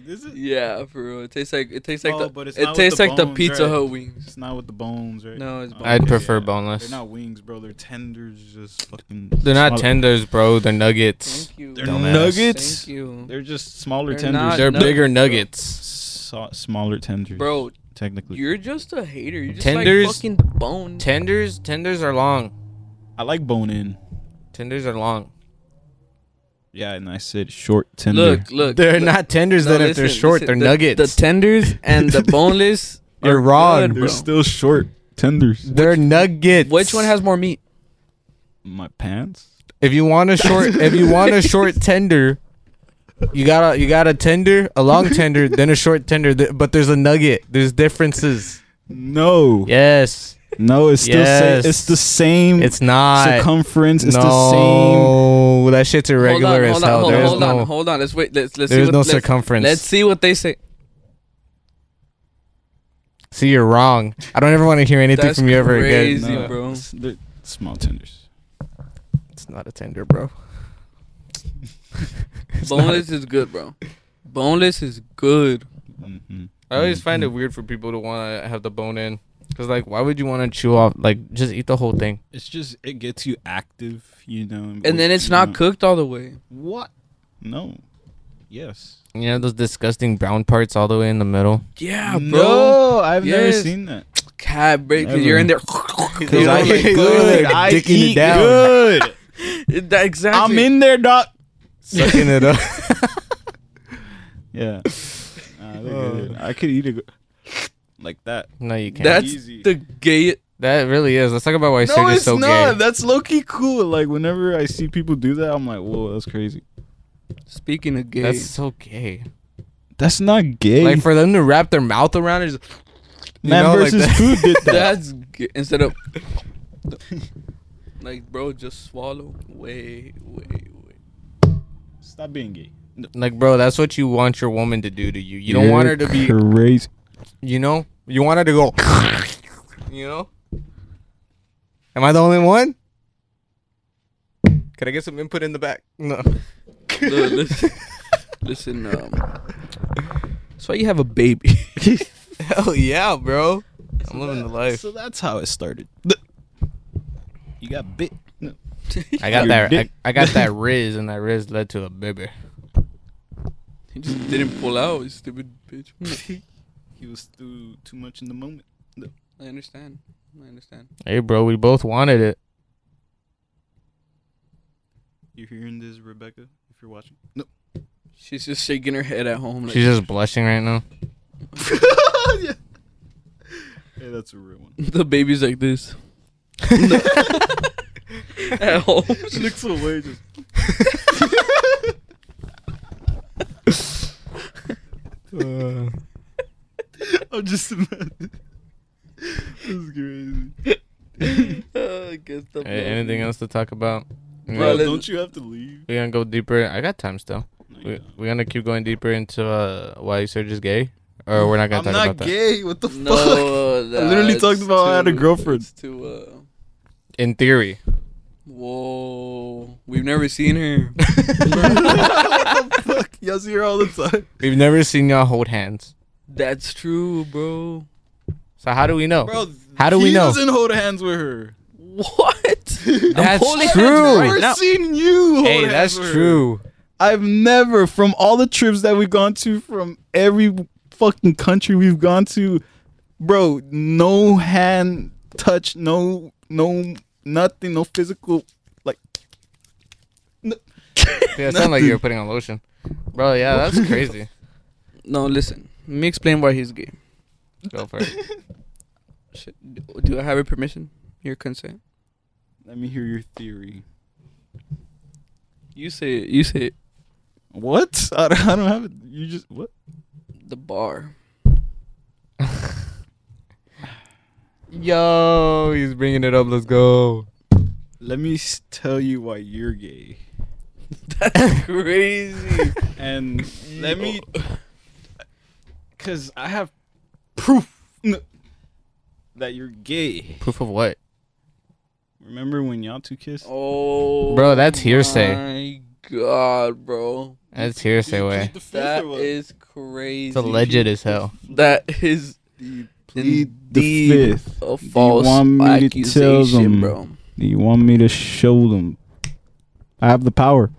Speaker 3: Is it?
Speaker 1: yeah, for real. It tastes like it tastes like
Speaker 3: Oh,
Speaker 1: the,
Speaker 3: but it's
Speaker 1: it
Speaker 3: not with
Speaker 1: tastes
Speaker 3: the
Speaker 1: like the
Speaker 3: bones,
Speaker 1: Pizza
Speaker 3: right?
Speaker 1: Hut wings.
Speaker 3: It's not with the bones, right?
Speaker 1: No, it's
Speaker 3: Oh,
Speaker 1: bones.
Speaker 2: I'd
Speaker 3: okay,
Speaker 2: prefer
Speaker 3: yeah.
Speaker 2: boneless.
Speaker 3: They're not wings, bro. They're tenders, just fucking.
Speaker 2: They're not
Speaker 3: smaller-
Speaker 2: tenders, bro. They're nuggets.
Speaker 1: Thank you.
Speaker 3: They're
Speaker 2: Dumbass.
Speaker 3: nuggets.
Speaker 1: Thank you.
Speaker 3: They're just smaller
Speaker 1: They're
Speaker 3: tenders.
Speaker 1: not
Speaker 2: They're
Speaker 1: nuggets,
Speaker 2: bigger
Speaker 1: bro.
Speaker 2: nuggets.
Speaker 3: So- smaller tenders,
Speaker 1: Bro,
Speaker 3: Technically,
Speaker 1: you're just a hater. You just
Speaker 2: Tenders-
Speaker 1: like fucking bone.
Speaker 2: Tenders, tenders are long.
Speaker 3: I like bone in.
Speaker 2: Tenders are long.
Speaker 3: Yeah, and I said short tender.
Speaker 1: look, look.
Speaker 2: They're
Speaker 1: look.
Speaker 2: not tenders.
Speaker 1: No,
Speaker 2: then if they're
Speaker 1: listen,
Speaker 2: short,
Speaker 1: listen.
Speaker 2: they're
Speaker 1: The-
Speaker 2: nuggets.
Speaker 1: The tenders and the boneless.
Speaker 2: You're
Speaker 1: are
Speaker 2: wrong.
Speaker 1: good,
Speaker 3: they're
Speaker 1: bro.
Speaker 3: still short tenders.
Speaker 2: they're nuggets.
Speaker 1: Which one has more meat?
Speaker 3: My pants.
Speaker 2: If you want a short, if you want a short tender, you got a you got a tender, a long tender, then a short tender. th- But there's a nugget. There's differences.
Speaker 3: No,
Speaker 2: Yes,
Speaker 3: no, it's still
Speaker 2: Yes.
Speaker 3: sa- it's the same
Speaker 2: it's not.
Speaker 3: circumference. It's
Speaker 2: no,
Speaker 3: the same.
Speaker 2: that shit's irregular
Speaker 1: hold
Speaker 2: as
Speaker 1: on,
Speaker 2: hell.
Speaker 1: hold on,
Speaker 2: There's
Speaker 1: hold on,
Speaker 2: no,
Speaker 1: hold on, hold on. Let's wait. Let's let's see
Speaker 2: there's
Speaker 1: what,
Speaker 2: no
Speaker 1: let's,
Speaker 2: circumference.
Speaker 1: Let's see what they say.
Speaker 2: See, you're wrong. I don't ever want to hear anything
Speaker 1: That's
Speaker 2: from you ever
Speaker 1: crazy,
Speaker 2: again.
Speaker 3: No,
Speaker 1: bro.
Speaker 3: it's- They're small tenders.
Speaker 2: It's not a tender, bro.
Speaker 1: Boneless is good, bro. Boneless is good.
Speaker 3: Mhm.
Speaker 2: I always find it weird for people to want to have the bone in, cause like, why would you want to chew off? Like, just eat the whole thing.
Speaker 3: It's just it gets you active, you know.
Speaker 1: And then it's
Speaker 3: you
Speaker 1: not
Speaker 3: know.
Speaker 1: cooked all the way.
Speaker 3: What? No. Yes.
Speaker 2: You know those disgusting brown parts all the way in the middle.
Speaker 1: Yeah, bro.
Speaker 3: No, Ah, I've
Speaker 1: Yes.
Speaker 3: never seen that.
Speaker 1: Cab break.
Speaker 3: Never.
Speaker 1: You're in there.
Speaker 3: Cause
Speaker 1: You know,
Speaker 3: I
Speaker 1: like,
Speaker 3: eat
Speaker 2: good,
Speaker 3: I
Speaker 2: dicking it
Speaker 3: eat
Speaker 2: down.
Speaker 3: good.
Speaker 1: that- exactly.
Speaker 3: I'm in there, doc.
Speaker 2: Sucking it up.
Speaker 3: Yeah. Oh. Nah, they're good. I could eat it like that.
Speaker 2: No, you can't.
Speaker 1: That's
Speaker 3: Easy.
Speaker 1: the gay.
Speaker 2: that really is. Let's talk about why
Speaker 3: No,
Speaker 2: Serge is
Speaker 3: it's
Speaker 2: so
Speaker 3: not.
Speaker 2: gay.
Speaker 3: That's low key cool. Like whenever I see people do that, I'm like, whoa, that's crazy.
Speaker 1: Speaking of gay,
Speaker 2: That's so gay.
Speaker 3: That's not gay.
Speaker 2: Like for them to wrap their mouth around it. Just, you
Speaker 3: Man
Speaker 2: know, like
Speaker 3: versus
Speaker 2: that.
Speaker 3: food did that.
Speaker 1: that's gay. instead of like, bro, just swallow. Wait, wait, wait.
Speaker 3: Stop being gay.
Speaker 2: Like, bro, that's what you want your woman to do to you. You don't want her to be.
Speaker 3: crazy.
Speaker 2: You know. You want her to go. You know. Am I the only one? Can I get some input in the back? No.
Speaker 1: Look, listen, listen, um, that's why you have a baby.
Speaker 2: Hell yeah, bro. I'm living the life.
Speaker 3: So that's how it started. You got bit. No.
Speaker 2: I got
Speaker 3: Your
Speaker 2: that. I,
Speaker 3: dick.
Speaker 2: I got that riz, and that riz led to a baby.
Speaker 1: He just didn't pull out, you stupid bitch.
Speaker 3: He was too too much in the moment.
Speaker 1: I understand. I understand.
Speaker 2: Hey, bro, we both wanted it.
Speaker 3: You hearing this, Rebecca? If you're watching, no.
Speaker 1: She's just shaking her head at home. Like,
Speaker 2: She's just blushing right now.
Speaker 3: yeah. Hey, that's a real one.
Speaker 1: the baby's like this. at home.
Speaker 3: She looks away. Just
Speaker 2: Uh,
Speaker 3: I'm just imagining. This is crazy.
Speaker 1: Uh, get the
Speaker 2: Hey, anything else to talk about? We
Speaker 3: Bro,
Speaker 1: Well,
Speaker 2: gonna-
Speaker 1: let's-
Speaker 3: don't you have to leave?
Speaker 2: we gonna go deeper. I got time still.
Speaker 3: No, you
Speaker 2: We,
Speaker 3: don't.
Speaker 2: we're gonna keep going deeper into uh, why Serge is gay, or we're not gonna
Speaker 3: I'm
Speaker 2: talk
Speaker 3: not
Speaker 2: about
Speaker 3: gay. What the fuck?
Speaker 1: No,
Speaker 3: I literally
Speaker 1: that's
Speaker 3: talked about how I had a
Speaker 1: too-
Speaker 3: girlfriend.
Speaker 1: it's Too, uh,
Speaker 2: that. In theory,
Speaker 1: whoa, we've never seen her.
Speaker 3: what the fuck? Y'all see her all the time.
Speaker 2: we've never seen y'all hold hands.
Speaker 1: That's true, bro.
Speaker 2: So how do we know?
Speaker 3: Bro,
Speaker 2: How do we
Speaker 3: he
Speaker 2: know?
Speaker 3: doesn't hold hands with her.
Speaker 1: What?
Speaker 2: That's
Speaker 1: holding hands
Speaker 2: true.
Speaker 1: right
Speaker 3: I've
Speaker 1: now.
Speaker 3: never seen you. Hold
Speaker 2: hey,
Speaker 3: hands
Speaker 2: that's
Speaker 3: with her.
Speaker 2: true.
Speaker 3: I've never, from all the trips that we've gone to, from every fucking country we've gone to, bro, no hand touch, no, no, nothing, no physical. Like,
Speaker 2: Yeah, it sounded like you were putting on lotion, bro. Yeah, that's crazy.
Speaker 1: No, listen. Let me explain why he's gay.
Speaker 2: Go for it.
Speaker 1: Should, do I have your permission? Your consent?
Speaker 3: let me hear your theory.
Speaker 1: You say it. You say it.
Speaker 3: What? I don't, I don't have it. You just what?
Speaker 1: The bar.
Speaker 2: Yo, he's bringing it up. Let's go.
Speaker 3: Let me s- tell you why you're gay,
Speaker 1: That's crazy.
Speaker 3: and let me,
Speaker 1: oh.
Speaker 3: cause I have proof n- that you're gay.
Speaker 2: Proof of what?
Speaker 3: Remember when y'all two kissed?
Speaker 1: oh,
Speaker 2: Bro, that's hearsay.
Speaker 1: My God, bro,
Speaker 2: That's hearsay
Speaker 3: You
Speaker 2: way.
Speaker 3: plead the fifth
Speaker 1: that
Speaker 3: or what?
Speaker 1: is crazy.
Speaker 2: It's alleged as hell.
Speaker 1: That is
Speaker 3: Do you plead the
Speaker 1: indeed
Speaker 3: fifth?
Speaker 1: a false
Speaker 3: want me to tell
Speaker 1: accusation,
Speaker 3: them?
Speaker 1: bro.
Speaker 3: Do you want me to show them? I have the power.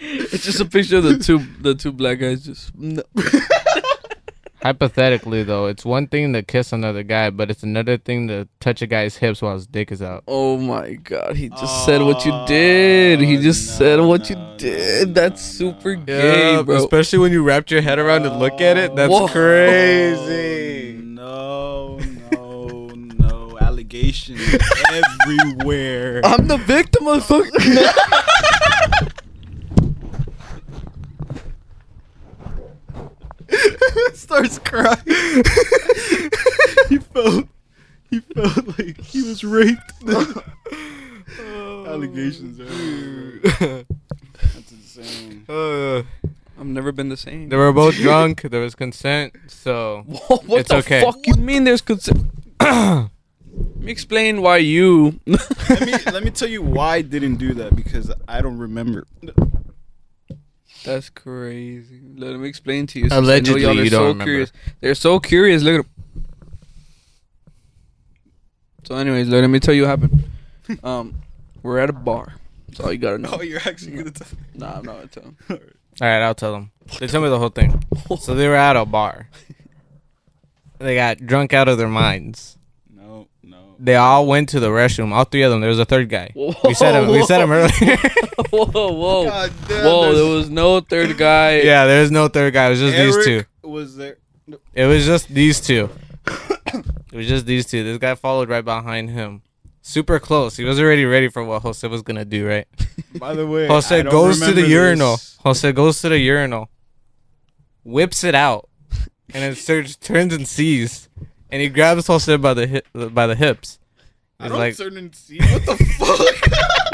Speaker 1: It's just a picture of the two the two black guys just.
Speaker 2: Hypothetically, though, it's one thing to kiss another guy, but it's another thing to touch a guy's hips while his dick is out.
Speaker 1: Oh my God! He just said what you did. He
Speaker 3: Oh,
Speaker 1: just
Speaker 3: no,
Speaker 1: said what
Speaker 3: no,
Speaker 1: you did.
Speaker 3: no,
Speaker 1: that's
Speaker 3: no,
Speaker 1: super
Speaker 3: no.
Speaker 1: gay, bro.
Speaker 2: especially when you wrapped your head around and look at it. That's
Speaker 1: Whoa.
Speaker 2: crazy.
Speaker 3: No, no, no. Allegations everywhere.
Speaker 1: I'm the victim of fucking.
Speaker 3: Starts crying. he felt he felt like he was raped. Allegations everywhere. bro. That's insane.
Speaker 2: Uh,
Speaker 1: I've never been the same.
Speaker 2: they were both drunk. There was consent, so
Speaker 1: what
Speaker 2: It's
Speaker 1: the
Speaker 2: okay.
Speaker 1: fuck you mean there's consent? Let me explain why you.
Speaker 3: let me let me tell you why I didn't do that because I don't remember.
Speaker 1: That's crazy. Let me explain to you. since I know
Speaker 2: Allegedly,
Speaker 1: y'all are
Speaker 2: you don't
Speaker 1: so
Speaker 2: remember.
Speaker 1: Curious. They're so curious. Look at 'em. So, anyways, let me tell you what happened. Um, we're at a bar. That's all you gotta know.
Speaker 3: Oh, you're actually gonna tell.
Speaker 1: Nah, I'm not gonna tell. 'em.
Speaker 2: all right, I'll tell them. They tell me the whole thing. So they were at a bar. They got drunk out of their minds.
Speaker 3: No, no.
Speaker 2: They all went to the restroom. All three of them. There was a third guy. We said him. We said him earlier.
Speaker 1: whoa,
Speaker 2: Oh,
Speaker 1: whoa,
Speaker 3: God damn,
Speaker 1: whoa! There
Speaker 3: there's-
Speaker 1: was no third guy.
Speaker 2: yeah, there was no third guy. It was just these two.
Speaker 3: Eric Was there?
Speaker 2: It was just these two. it was just these two. This guy followed right behind him. Super close. He was already ready for what Jose was gonna do, right?
Speaker 3: By the way, I
Speaker 2: Jose
Speaker 3: don't
Speaker 2: goes to
Speaker 3: remember
Speaker 2: the
Speaker 3: this.
Speaker 2: urinal. Jose goes to the urinal, whips it out, and then Serge turns and sees, and he grabs Jose by the hi- by the hips.
Speaker 3: I
Speaker 2: He's
Speaker 3: don't
Speaker 2: like,
Speaker 3: turn and see. What the fuck?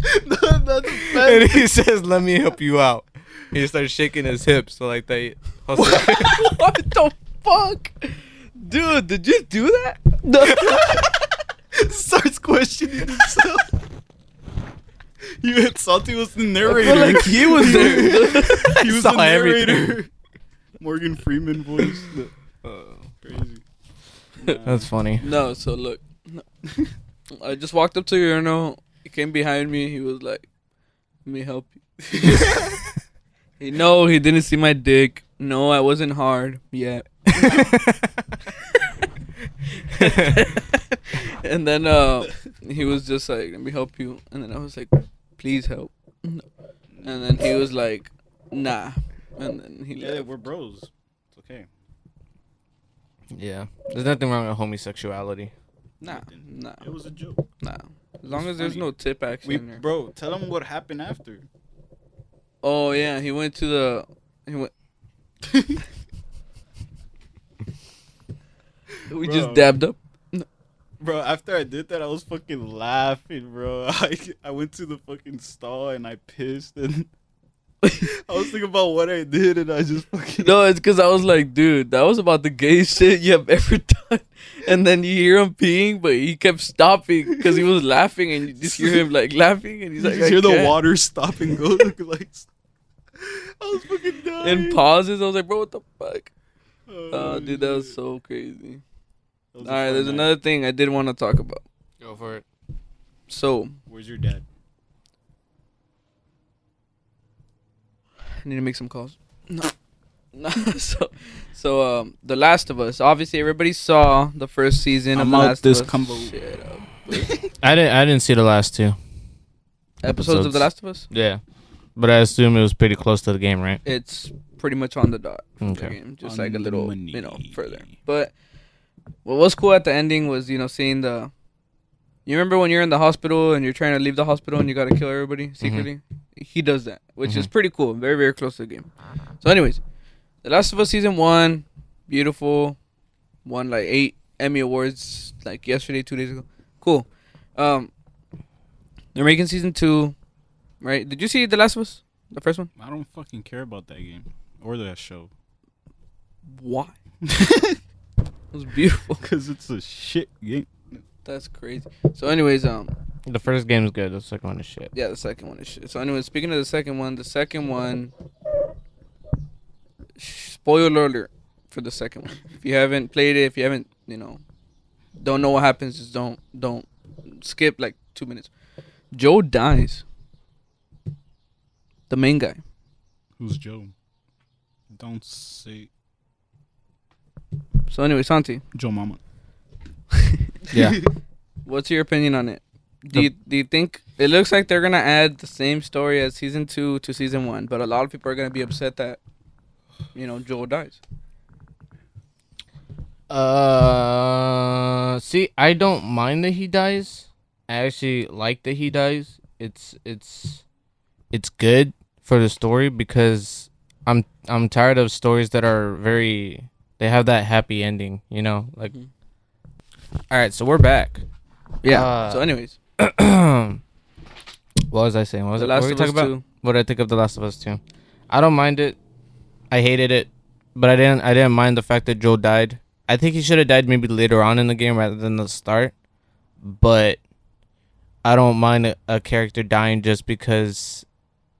Speaker 3: That- that's bad.
Speaker 2: and he says, "Let me help you out." He starts shaking his hips, so like they. Jose,
Speaker 1: what the fuck, dude? Did you do that? No.
Speaker 3: starts questioning himself. You and Salty was the
Speaker 1: I
Speaker 3: narrator.
Speaker 1: feel like he was there.
Speaker 3: he was
Speaker 2: saw
Speaker 3: the narrator. Morgan Freeman voice. Uh. Crazy.
Speaker 2: That's funny.
Speaker 1: No, so look, no. I just walked up to the urinal. He came behind me. He was like, "Let me help you." he no, he didn't see my dick. No, I wasn't hard yet. and then uh, he was just like, "Let me help you," and then I was like, "Please help." No. And then he was like, "Nah," and then he
Speaker 3: Yeah,
Speaker 1: left.
Speaker 3: we're bros. It's okay.
Speaker 2: yeah, there's nothing wrong with homosexuality.
Speaker 1: Nah, nah,
Speaker 3: It was a joke.
Speaker 1: nah. As long as there's
Speaker 3: funny.
Speaker 1: no tip action.
Speaker 3: We,
Speaker 1: or-
Speaker 3: bro, tell him what happened after.
Speaker 1: Oh yeah, he went to the. He went. we just
Speaker 3: Bro.
Speaker 1: dabbed up.
Speaker 3: Bro, after I did that, I was fucking laughing, bro. I, I went to the fucking stall and I pissed and I was thinking about what I did and I just fucking.
Speaker 1: No, it's because I was like, dude, that was about the gay shit you have ever done. And then you hear him peeing, but he kept stopping because he was laughing, and you just hear him like laughing, and he's
Speaker 3: You
Speaker 1: like,
Speaker 3: just
Speaker 1: I
Speaker 3: hear the
Speaker 1: can't."
Speaker 3: water stop and go. Look like I was fucking dying.
Speaker 1: And pauses. I was like, bro, what the fuck?
Speaker 3: Oh,
Speaker 1: Oh, dude, that was
Speaker 3: shit.
Speaker 1: so crazy.
Speaker 3: That
Speaker 1: All
Speaker 3: was a
Speaker 1: right,
Speaker 3: fun
Speaker 1: there's
Speaker 3: night.
Speaker 1: another thing I did want to talk about.
Speaker 2: Go for it.
Speaker 1: So
Speaker 3: Where's your dad?
Speaker 1: I need to make some calls. No. No. so, so um, The Last of Us. Obviously, everybody saw the first season of
Speaker 3: I'm
Speaker 1: The
Speaker 3: out
Speaker 1: Last
Speaker 3: this
Speaker 1: of Us.
Speaker 3: combo.
Speaker 1: Shut up.
Speaker 2: I didn't. I didn't see the last two.
Speaker 1: Episodes of The
Speaker 2: Episodes.
Speaker 1: Last of Us.
Speaker 2: Yeah, but I assume it was pretty close to the game, right?
Speaker 1: It's pretty much on the dot. from the
Speaker 2: Okay.
Speaker 1: game, just
Speaker 3: On
Speaker 1: like a
Speaker 3: the
Speaker 1: little,
Speaker 3: money.
Speaker 1: you know, further. But what was cool at the ending was, you know, seeing the. You remember when you're in the hospital and you're trying to leave the hospital and you gotta kill everybody secretly? He does that, which is pretty cool. Very, very close to the game. So, anyways, The Last of Us season one, beautiful, won like eight Emmy awards like yesterday, two days ago. Cool. Um, they're making season two, right? Did you see The Last of Us, the first one?
Speaker 3: I don't fucking care about that game or that show
Speaker 1: Why? it was beautiful.
Speaker 3: because it's a shit game.
Speaker 1: That's crazy. So, anyways, um,
Speaker 2: The first game is good. The second one is shit.
Speaker 1: yeah, the second one is shit. So, anyways, speaking of the second one, the second one. Spoiler alert for the second one. If you haven't played it, if you haven't, you know, don't know what happens, just don't, don't skip like two minutes. Joe dies. The main guy.
Speaker 3: Who's Joe? Don't say
Speaker 1: So, anyway, Santi,
Speaker 3: Joe Mama.
Speaker 2: Yeah.
Speaker 1: what's your opinion on it? Do you, do you think it looks like they're gonna add the same story as season two to season one? But a lot of people are gonna be upset that you know Joel dies.
Speaker 2: Uh, see, I don't mind that he dies. I actually like that he dies. It's it's it's good for the story because I'm I'm tired of stories that are very they have that happy ending, you know? Like
Speaker 1: Mhm. Mm-hmm.
Speaker 2: All right, so we're back.
Speaker 1: Yeah.
Speaker 2: Uh,
Speaker 1: so, anyways,
Speaker 2: what was I saying? What was
Speaker 1: The
Speaker 2: it?
Speaker 1: Last
Speaker 2: what were we
Speaker 1: of
Speaker 2: talking
Speaker 1: Us
Speaker 2: about?
Speaker 1: 2.
Speaker 2: What did I think of The Last of Us 2? I don't mind it. I hated it, but I didn't. I didn't mind the fact that Joel died. I think he should have died maybe later on in the game rather than the start. But I don't mind a, a character dying just because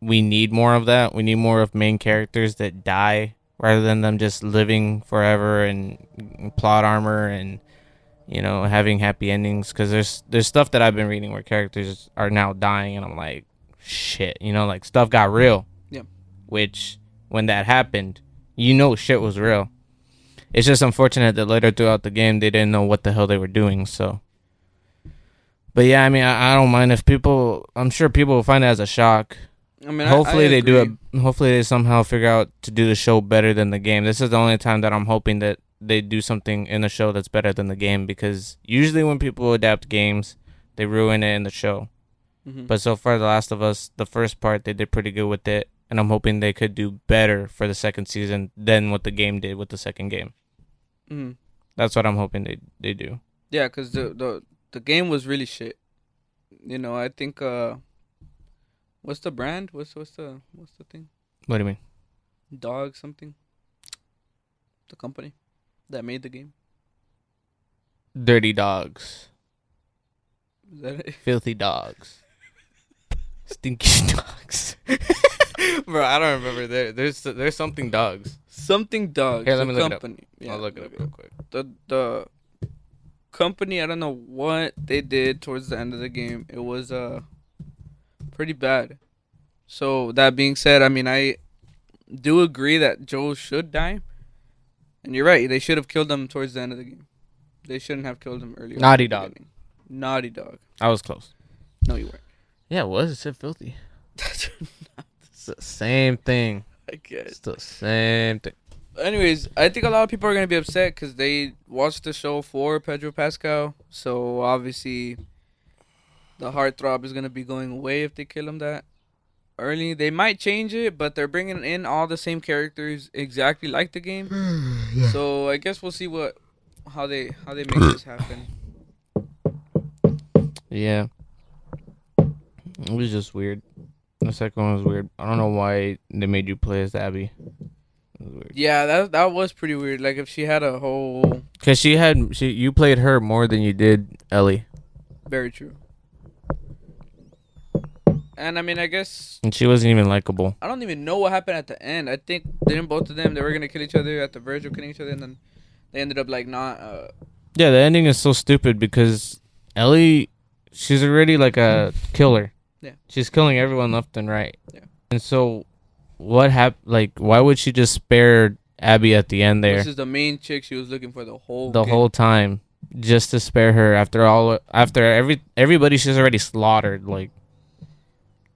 Speaker 2: we need more of that. We need more of main characters that die rather than them just living forever and plot armor and you know, having happy endings because there's there's stuff that I've been reading where characters are now dying, and I'm like, shit, you know, like stuff got real.
Speaker 1: Yep.
Speaker 2: Which when that happened, you know, shit was real. It's just unfortunate that later throughout the game they didn't know what the hell they were doing. So. But yeah, I mean, I, I don't mind if people. I'm sure people will find it as a shock.
Speaker 1: I mean, I-
Speaker 2: hopefully
Speaker 1: I
Speaker 2: they do
Speaker 1: agree.
Speaker 2: it. Hopefully they somehow figure out to do the show better than the game. This is the only time that I'm hoping that they do something in the show that's better than the game because usually when people adapt games, they ruin it in the show.
Speaker 1: Mhm.
Speaker 2: But so far, The Last of Us, the first part, they did pretty good with it, and I'm hoping they could do better for the second season than what the game did with the second game.
Speaker 1: Mhm.
Speaker 2: That's what I'm hoping they they do.
Speaker 1: Yeah, because the, the the game was really shit. You know, I think uh, what's the brand? What's what's the what's the thing?
Speaker 2: What do you mean?
Speaker 1: Dog something. The company that made the game.
Speaker 2: Dirty dogs,
Speaker 1: Is that it?
Speaker 2: filthy dogs. Stinky dogs. Bro, I don't remember. There, there's there's something dogs.
Speaker 1: Something dogs.
Speaker 2: Here, let
Speaker 1: a
Speaker 2: me look it up.
Speaker 1: company. Yeah,
Speaker 2: I'll look it up real quick.
Speaker 1: The the company, I don't know what they did towards the end of the game. It was uh pretty bad. So that being said, I mean I do agree that Joel should die. And you're right, they should have killed him towards the end of the game. They shouldn't have killed him earlier. in
Speaker 2: Naughty
Speaker 1: the
Speaker 2: dog.
Speaker 1: beginning. Naughty dog.
Speaker 2: I was close.
Speaker 1: No you weren't.
Speaker 2: Yeah, it was. It said filthy. It's the same thing.
Speaker 1: I guess.
Speaker 2: It's the same thing.
Speaker 1: anyways, I think a lot of people are gonna be upset because they watched the show for Pedro Pascal. So obviously, the heartthrob is gonna be going away if they kill him that early. They might change it, but they're bringing in all the same characters exactly like the game. So I guess we'll see what how they how they make this happen.
Speaker 2: Yeah. It was just weird. The second one was weird. I don't know why they made you play as Abby. It was weird.
Speaker 1: Yeah, that that was pretty weird. Like if she had a whole
Speaker 2: Cause she had she you played her more than you did Ellie,
Speaker 1: very true. And I mean, I guess
Speaker 2: and she wasn't even likable.
Speaker 1: I don't even know what happened at the end. I think didn't both of them they were gonna kill each other at the verge of killing each other, and then they ended up like not. Uh,
Speaker 2: Yeah, the ending is so stupid because Ellie, she's already like a killer.
Speaker 1: Yeah.
Speaker 2: She's killing everyone left and right.
Speaker 1: Yeah.
Speaker 2: And so, what happened? Like, why would she just spare Abby at the end there
Speaker 1: this is the main chick she was looking for the whole.
Speaker 2: the
Speaker 1: game.
Speaker 2: whole time just to spare her after all after every everybody she's already slaughtered like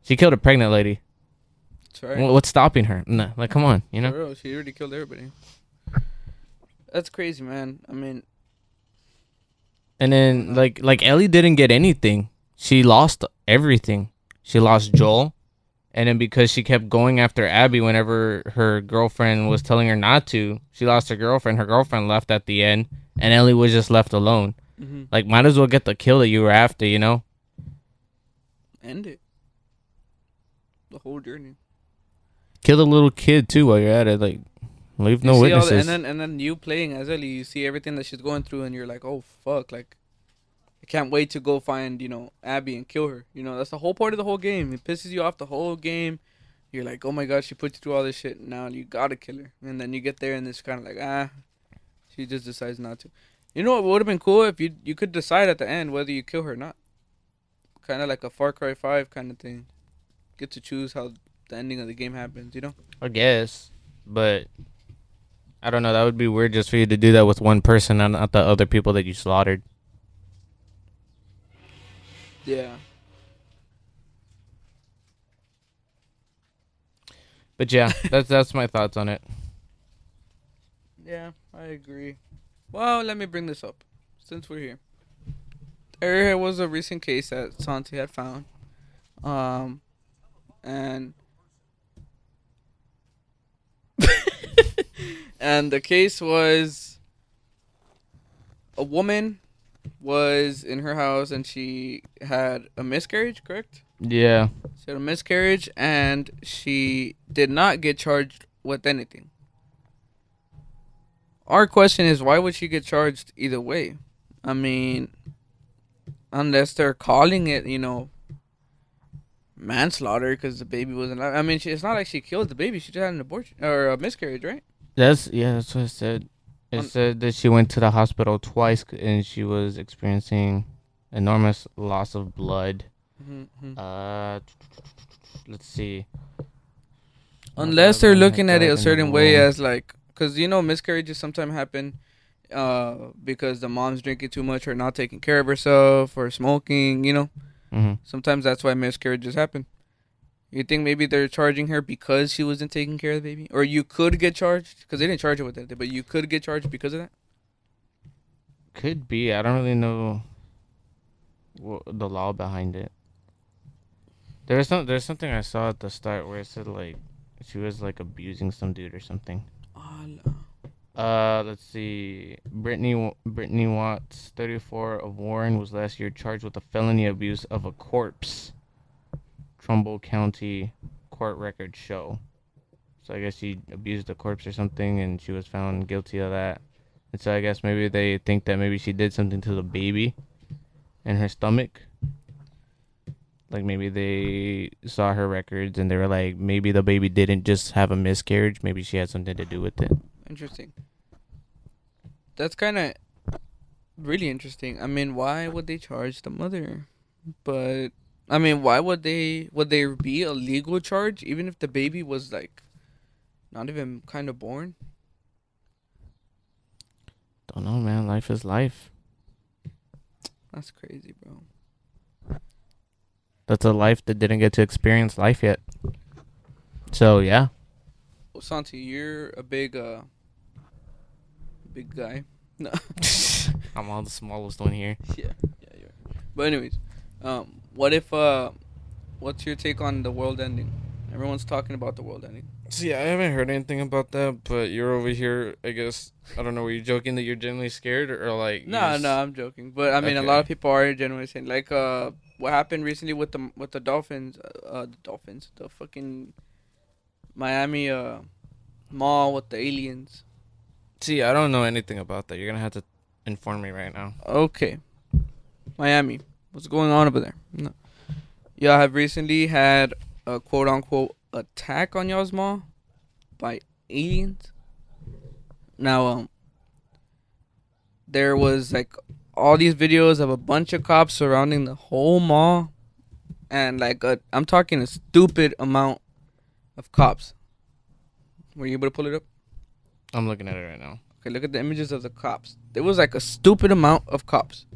Speaker 2: she killed a pregnant lady.
Speaker 1: Sorry.
Speaker 2: Wh- What's stopping her? No, like come on, you know.
Speaker 1: For real, she already killed everybody. That's crazy, man. I mean,
Speaker 2: And then like like Ellie didn't get anything. She lost everything. She lost Joel. And then because she kept going after Abby whenever her girlfriend was telling her not to, she lost her girlfriend. Her girlfriend left at the end and Ellie was just left alone.
Speaker 1: mhm.
Speaker 2: Like might as well get the kill that you were after, you know?
Speaker 1: end it. The whole journey.
Speaker 2: Kill the little kid too while you're at it. Like leave
Speaker 1: You see
Speaker 2: no
Speaker 1: all the- and
Speaker 2: witnesses.
Speaker 1: then and then you playing as Ellie, you see everything that she's going through, and you're like, oh fuck, like. I can't wait to go find, you know, Abby and kill her. You know, that's the whole part of the whole game. It pisses you off the whole game. You're like, oh my god, she put you through all this shit. Now you gotta kill her. And then you get there and it's kind of like, ah, she just decides not to. You know, what would have been cool if you you could decide at the end whether you kill her or not. Kind of like a Far Cry Five kind of thing. Get to choose how the ending of the game happens. You know.
Speaker 2: I guess, but I don't know. That would be weird just for you to do that with one person and not the other people that you slaughtered.
Speaker 1: Yeah.
Speaker 2: But yeah, that's that's my thoughts on it.
Speaker 1: Yeah, I agree. Well, let me bring this up since we're here. There was a recent case that Santi had found, um, and and the case was a woman was in her house and she had a miscarriage. Correct?
Speaker 2: Yeah,
Speaker 1: She had a miscarriage and she did not get charged with anything. Our question is why would she get charged either way? I mean, unless they're calling it, you know, manslaughter because the baby wasn't. I mean, she, it's not like she killed the baby. She just had an abortion or a miscarriage, right?
Speaker 2: that's yeah. That's what I said. It
Speaker 1: Um,
Speaker 2: said that she went to the hospital twice c- and she was experiencing enormous loss of blood.
Speaker 1: Mm-hmm.
Speaker 2: Uh, let's see.
Speaker 1: Unless they're looking at it a
Speaker 2: Like
Speaker 1: certain way
Speaker 2: wrong.
Speaker 1: as like, because you know miscarriages sometimes happen uh, because the mom's drinking too much or not taking care of herself or smoking. You know,
Speaker 2: Mhm.
Speaker 1: sometimes that's why miscarriages happen. You think maybe they're charging her because she wasn't taking care of the baby, or you could get charged because they didn't charge her with it, but you could get charged because of that.
Speaker 2: Could be. I don't really know wha the law behind it. There's some. There's something I saw at the start where it said like she was like abusing some dude or something. Uh, let's see. Brittany Wa- Brittany Watts, 34, of Warren, was last year charged with a felony abuse of a corpse. Trumbull County court records show. So I guess she abused a corpse or something, and she was found guilty of that. And so I guess maybe they think that maybe she did something to the baby in her stomach. Like maybe they saw her records and they were like, maybe the baby didn't just have a miscarriage. Maybe she had something to do with it.
Speaker 1: Interesting. That's kind of really interesting. I mean, why would they charge the mother? But I mean, why would they? Would there be a legal charge even if the baby was like not even kind of born?
Speaker 2: Don't know, man. Life is life.
Speaker 1: That's crazy, bro.
Speaker 2: That's a life that didn't get to experience life yet. So yeah,
Speaker 1: Well, Oh, Santi, you're a big, uh, big guy. No.
Speaker 2: I'm all the smallest one here.
Speaker 1: yeah, yeah, you're. right. But anyways, um, what if uh, what's your take on the world ending? Everyone's talking about the world ending.
Speaker 7: See, I haven't heard anything about that, but you're over here. I guess I don't know. Were you joking that you're generally scared, or like? you
Speaker 1: No,
Speaker 7: just-
Speaker 1: no, I'm joking. But I mean, a lot
Speaker 7: Okay.
Speaker 1: of people are generally saying like, uh, what happened recently with the with the Dolphins, uh, uh, the Dolphins, the fucking Miami uh mall with the aliens.
Speaker 7: See, I don't know anything about that. You're gonna have to inform me right now.
Speaker 1: Okay. Miami. What's going on over there? No. Y'all have recently had a quote unquote attack on y'all's mall by aliens. Now, um, there was like all these videos of a bunch of cops surrounding the whole mall. And like, a, I'm talking a stupid amount of cops. Were you able to pull it up?
Speaker 2: I'm looking at it right now.
Speaker 1: Okay, look at the images of the cops. There was like a stupid amount of cops.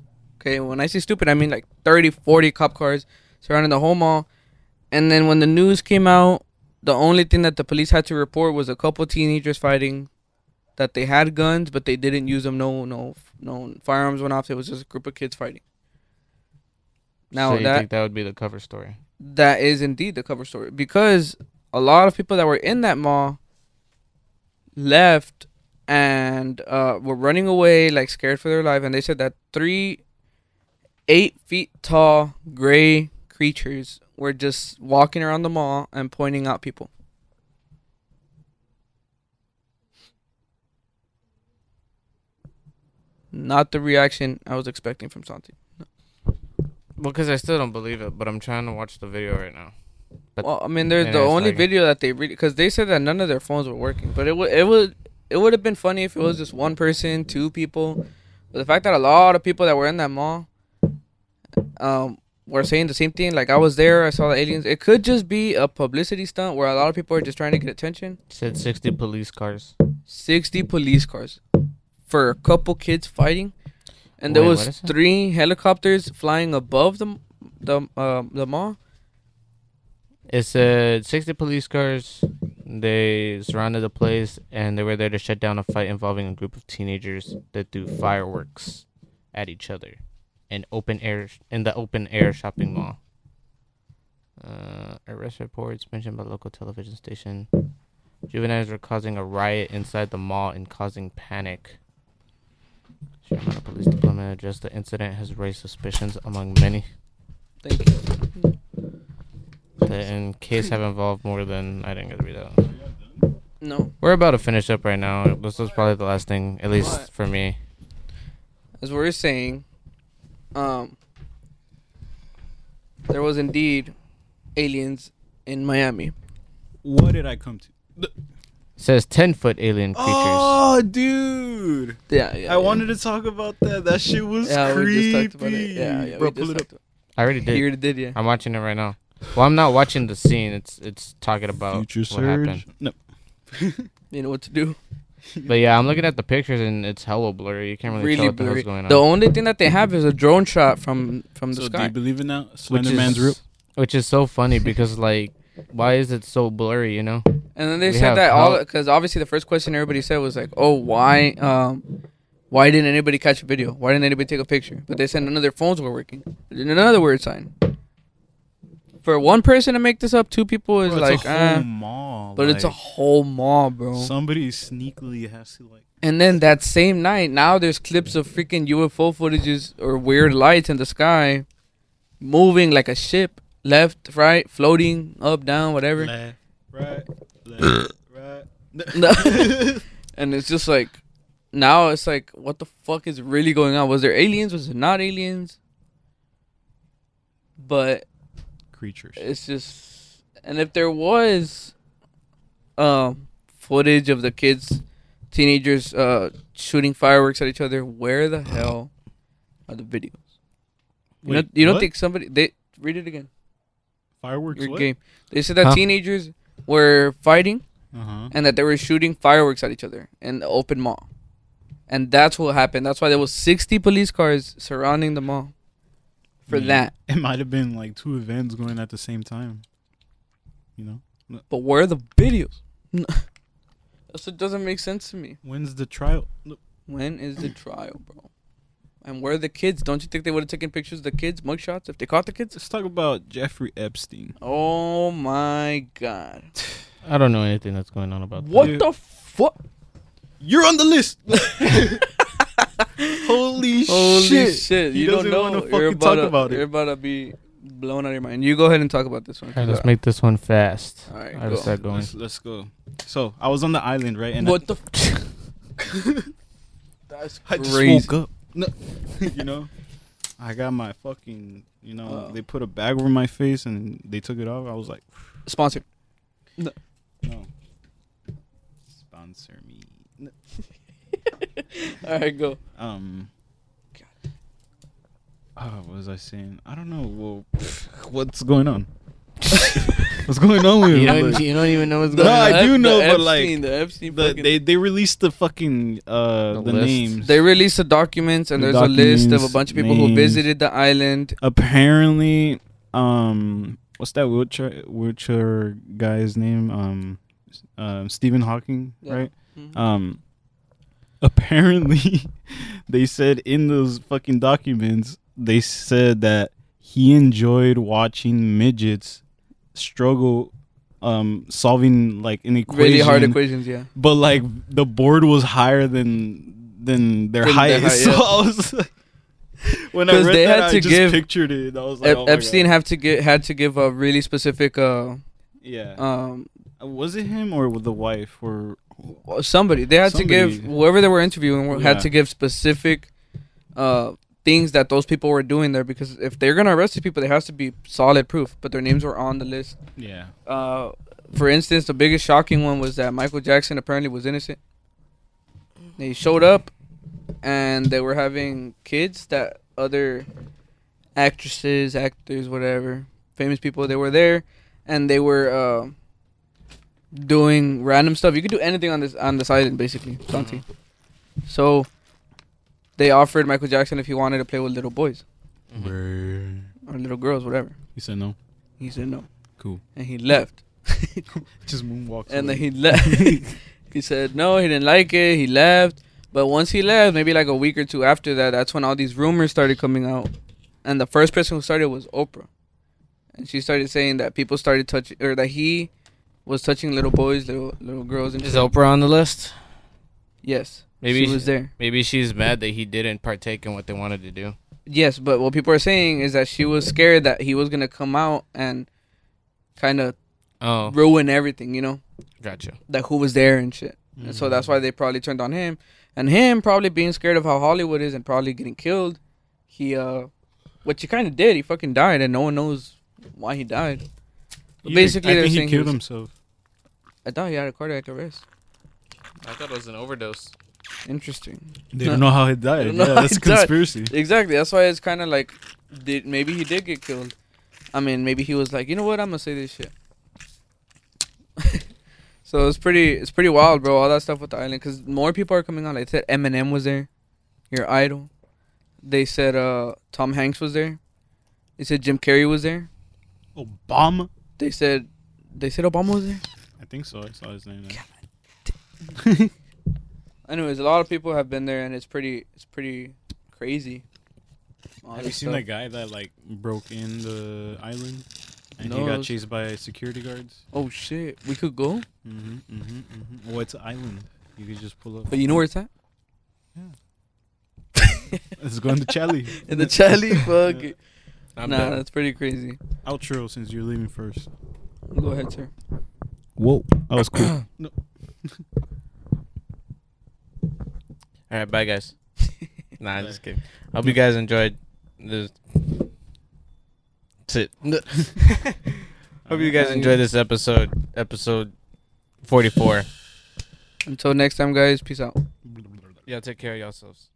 Speaker 1: Okay, when I say stupid, I mean like 30, 40 cop cars surrounding the whole mall. And then when the news came out, the only thing that the police had to report was a couple teenagers fighting that they had guns but they didn't use them. No, no, no firearms went off. It was just a group of kids fighting. Now
Speaker 2: so you
Speaker 1: that
Speaker 2: think that would be the cover story?
Speaker 1: that is indeed the cover story because a lot of people that were in that mall left and uh, were running away like scared for their life and they said that three eight feet tall gray creatures were just walking around the mall and pointing out people not the reaction i was expecting from santi
Speaker 2: Well, because I still don't believe it, but I'm trying to watch the video right now. But-
Speaker 1: Well, I mean, there's
Speaker 2: Yeah,
Speaker 1: the
Speaker 2: it's
Speaker 1: only
Speaker 2: lagging.
Speaker 1: video that they really because they said that none of their phones were working. But it would it would it would have been funny if it was just one person, two people. But the fact that a lot of people that were in that mall, um, were saying the same thing. Like I was there, I saw the aliens. It could just be a publicity stunt where a lot of people are just trying to get attention.
Speaker 2: It said 60 police cars.
Speaker 1: Sixty police cars for a couple kids fighting, and there
Speaker 2: Wait,
Speaker 1: was
Speaker 2: what is that?
Speaker 1: three helicopters flying above the the um the mall.
Speaker 2: It said 60 police cars. They surrounded the place and they were there to shut down a fight involving a group of teenagers that threw fireworks at each other in open air in the open air shopping mall. Uh, arrest reports mentioned by local television station. Juveniles were causing a riot inside the mall and causing panic. Sherman Police Department addressed the incident has raised suspicions among many
Speaker 1: Thank you.
Speaker 2: that in case have involved more than I didn't get to read that. one.
Speaker 1: No.
Speaker 2: We're about to finish up right now. This was probably the last thing, at least
Speaker 1: Alright.
Speaker 2: for me.
Speaker 1: as we are saying, um, there was indeed aliens in Miami.
Speaker 3: What did I come to?
Speaker 2: It says ten foot alien creatures.
Speaker 3: Oh, dude.
Speaker 1: Yeah, yeah.
Speaker 3: I wanted to talk about that. That shit was
Speaker 1: Yeah,
Speaker 3: creepy.
Speaker 1: we just talked about it. Yeah, yeah.
Speaker 3: Bro,
Speaker 1: we
Speaker 3: pull
Speaker 1: just
Speaker 3: it up.
Speaker 1: talked
Speaker 2: I already
Speaker 1: about it. You
Speaker 2: did.
Speaker 1: already did, yeah.
Speaker 2: I'm watching it right now. Well, I'm not watching the scene. It's it's talking about
Speaker 3: Future
Speaker 2: what happened.
Speaker 3: Surge. No.
Speaker 1: You know what to do.
Speaker 2: But yeah, I'm looking at the pictures and it's hella blurry. You can't really, tell
Speaker 1: Really
Speaker 2: what the
Speaker 1: blurry.
Speaker 2: hell's going on.
Speaker 1: The only thing that they have is a drone shot from from the
Speaker 3: So do
Speaker 1: sky.
Speaker 3: you believe it now?
Speaker 2: which
Speaker 3: Slender Man's
Speaker 2: is
Speaker 3: real.
Speaker 2: which is so funny because like, why is it so blurry? You know,
Speaker 1: And then they
Speaker 2: We
Speaker 1: said
Speaker 2: have
Speaker 1: that all
Speaker 2: how-
Speaker 1: because obviously the first question everybody said was like, "Oh, why, um, why didn't anybody catch a video? Why didn't anybody take a picture?" But they said none of their phones were working. Another weird sign. For one person to make this up, two people is
Speaker 3: Bro,
Speaker 1: like,
Speaker 3: it's a
Speaker 1: uh,
Speaker 3: whole mall.
Speaker 1: but it's a
Speaker 3: like,
Speaker 1: whole mall, bro.
Speaker 3: Somebody sneakily has to like.
Speaker 1: and then that same night, now there's clips of freaking UFO footages or weird lights in the sky, moving like a ship, left, right, floating, up, down, whatever.
Speaker 3: Left, right, left, right.
Speaker 1: No. and it's just like now it's like what the fuck is really going on? Was there aliens? Was it not aliens? But
Speaker 3: creatures.
Speaker 1: It's just, and if there was, um, footage of the kids, teenagers, uh, shooting fireworks at each other, where the hell are the videos? You
Speaker 3: Wait,
Speaker 1: don't, you don't
Speaker 3: what?
Speaker 1: think somebody they read it again?
Speaker 3: Fireworks.
Speaker 1: Your
Speaker 3: what?
Speaker 1: game. They said that
Speaker 2: Huh?
Speaker 1: teenagers were fighting
Speaker 3: Uh-huh.
Speaker 1: and that they were shooting fireworks at each other in the open mall, and that's what happened. That's why there was sixty police cars surrounding the mall for
Speaker 3: Yeah.
Speaker 1: that.
Speaker 3: It might have been like two events going at the same time. You know,
Speaker 1: But where are the videos? That's what doesn't make sense to me.
Speaker 3: when's the trial? Look,
Speaker 1: When is the trial, bro? And where are the kids? Don't you think they would have taken pictures of the kids, mugshots, if they caught the kids?
Speaker 3: Let's talk about Jeffrey Epstein.
Speaker 1: Oh my god.
Speaker 8: I don't know anything that's going on about
Speaker 1: What
Speaker 3: Dude.
Speaker 1: the fuck?
Speaker 3: You're on the list. Holy,
Speaker 1: Holy shit.
Speaker 3: He
Speaker 1: You don't
Speaker 3: doesn't
Speaker 1: know.
Speaker 3: wanna
Speaker 1: you're
Speaker 3: fucking
Speaker 1: about
Speaker 3: talk
Speaker 1: to,
Speaker 3: about it.
Speaker 1: You're about to be blown out of your mind. You go ahead and talk about this one.
Speaker 8: that. All right, let's make this one fast.
Speaker 1: All right,
Speaker 8: I gotta
Speaker 1: go.
Speaker 8: start going.
Speaker 3: Let's, let's go. So I was on the island, right? And
Speaker 1: what the f- That's
Speaker 3: I, I just
Speaker 1: crazy.
Speaker 3: woke up. No, you know, I got my fucking. You know,
Speaker 1: Wow.
Speaker 3: they put a bag over my face and they took it off. I was like,
Speaker 1: Sponsor.
Speaker 3: no. Sponsor me. No.
Speaker 1: All right, go.
Speaker 3: Um. Oh, what was I saying? I don't know. Well, what's going on? what's going on with
Speaker 8: You
Speaker 3: it?
Speaker 8: don't,
Speaker 3: Like,
Speaker 8: you don't even know what's
Speaker 3: No,
Speaker 8: going on.
Speaker 3: I
Speaker 1: The
Speaker 3: do
Speaker 1: Ep-
Speaker 3: know,
Speaker 1: the
Speaker 3: but,
Speaker 1: Epstein,
Speaker 3: like,
Speaker 1: the Epstein
Speaker 3: the,
Speaker 1: fucking-
Speaker 3: they they released the fucking uh
Speaker 8: The
Speaker 3: the,
Speaker 8: list.
Speaker 3: names.
Speaker 1: They released the documents, and
Speaker 3: The
Speaker 1: there's a list of a
Speaker 3: documents,
Speaker 1: bunch of people who
Speaker 3: names.
Speaker 1: visited the island.
Speaker 3: Apparently, um, what's that wheelchair wheelchair guy's name? Um, s- um, Stephen Hawking,
Speaker 1: Yeah.
Speaker 3: right?
Speaker 1: Mhm.
Speaker 3: Um, apparently, they said in those fucking documents, they said that he enjoyed watching midgets struggle, um, solving like an equation.
Speaker 1: Really hard equations, yeah.
Speaker 3: But like the board was higher than than their
Speaker 1: Than their
Speaker 3: height.
Speaker 1: height,
Speaker 3: so
Speaker 1: yeah.
Speaker 3: I was like, when I
Speaker 1: 'Cause
Speaker 3: read
Speaker 1: they
Speaker 3: that,
Speaker 1: had
Speaker 3: I
Speaker 1: to
Speaker 3: just
Speaker 1: give
Speaker 3: pictured it. I was like,
Speaker 1: Ep-
Speaker 3: oh my
Speaker 1: Epstein
Speaker 3: God.
Speaker 1: have to give had to give a really specific uh
Speaker 3: yeah. Uh,
Speaker 1: um
Speaker 3: was it him or the wife or
Speaker 1: somebody they had to give
Speaker 3: Somebody.
Speaker 1: whoever they were interviewing were- had
Speaker 3: Yeah.
Speaker 1: to give specific uh things that those people were doing there because if they're gonna arrest these people there has to be solid proof but their names were on the list
Speaker 3: yeah?
Speaker 1: uh for instance the biggest shocking one was that michael jackson apparently was innocent they showed up and they were having kids that other actresses actors whatever famous people they were there and they were uh, doing random stuff you could do anything on this on this island basically something so they offered michael jackson if he wanted to play with little boys or little girls whatever
Speaker 3: Mm-hmm. He said no.
Speaker 1: he said no
Speaker 3: Cool.
Speaker 1: and he left
Speaker 3: Just moonwalks.
Speaker 1: and then he left. he said no, he didn't like it. He left. But once he left, maybe like a week or two after that, that's when all these rumors started coming out. And the first person who started was Oprah, and she started saying that people started touching, or that he was touching little boys, little little girls, and
Speaker 8: Is
Speaker 1: shit.
Speaker 8: Oprah on the list?
Speaker 1: yes,
Speaker 8: Maybe
Speaker 1: she was there.
Speaker 8: Maybe she's mad that he didn't partake in what they wanted to do.
Speaker 1: Yes, but what people are saying is that she was scared that he was gonna come out and kind of
Speaker 8: Oh,
Speaker 1: ruin everything, you know,
Speaker 8: gotcha.
Speaker 1: that who was there and shit. And so that's why they probably turned on him. And him probably being scared of how Hollywood is and probably getting killed. He uh what you kinda did, he fucking died and no one knows why he died. But basically
Speaker 3: I
Speaker 1: they're
Speaker 3: think he
Speaker 1: saying
Speaker 3: killed
Speaker 1: was-
Speaker 3: himself.
Speaker 1: I thought he had a cardiac arrest.
Speaker 8: I thought it was an overdose.
Speaker 1: Interesting.
Speaker 3: They don't know how he died.
Speaker 1: don't know
Speaker 3: Yeah,
Speaker 1: how
Speaker 3: that's
Speaker 1: he
Speaker 3: a
Speaker 1: died.
Speaker 3: conspiracy.
Speaker 1: Exactly. That's why it's kinda like did maybe he did get killed. I mean maybe he was like, you know what, I'm gonna say this shit. so it's pretty it's pretty wild, bro, all that stuff with the island because more people are coming out. Like I said Eminem was there, your idol. They said uh Tom Hanks was there. They said Jim Carrey was there.
Speaker 3: Obama.
Speaker 1: They said they said Obama was there.
Speaker 3: I think so. I saw his name. there.
Speaker 1: Anyways, a lot of people have been there and it's pretty it's pretty crazy. All
Speaker 3: Have
Speaker 1: this
Speaker 3: you seen
Speaker 1: stuff.
Speaker 3: that guy that like broke in the island and
Speaker 1: No,
Speaker 3: he
Speaker 1: I
Speaker 3: got
Speaker 1: was-
Speaker 3: chased by security guards?
Speaker 1: Oh shit, we could go,
Speaker 3: Mm-hmm, mm-hmm, mm-hmm. Well, it's an island. You could just pull up.
Speaker 1: but you know where it's at?
Speaker 3: Let's go into Chali.
Speaker 1: In the Chali, fuck.
Speaker 3: Yeah.
Speaker 1: it. Nah, that's pretty crazy.
Speaker 3: Outro since you're leaving first.
Speaker 1: Go ahead, sir.
Speaker 3: Whoa, that was cool.
Speaker 8: All right, bye guys. nah, just kidding. Hope you guys enjoyed this
Speaker 2: That's it. Hope you guys enjoyed this episode, episode 44.
Speaker 1: Until next time, guys. Peace out.
Speaker 2: Yeah, take care of yourselves.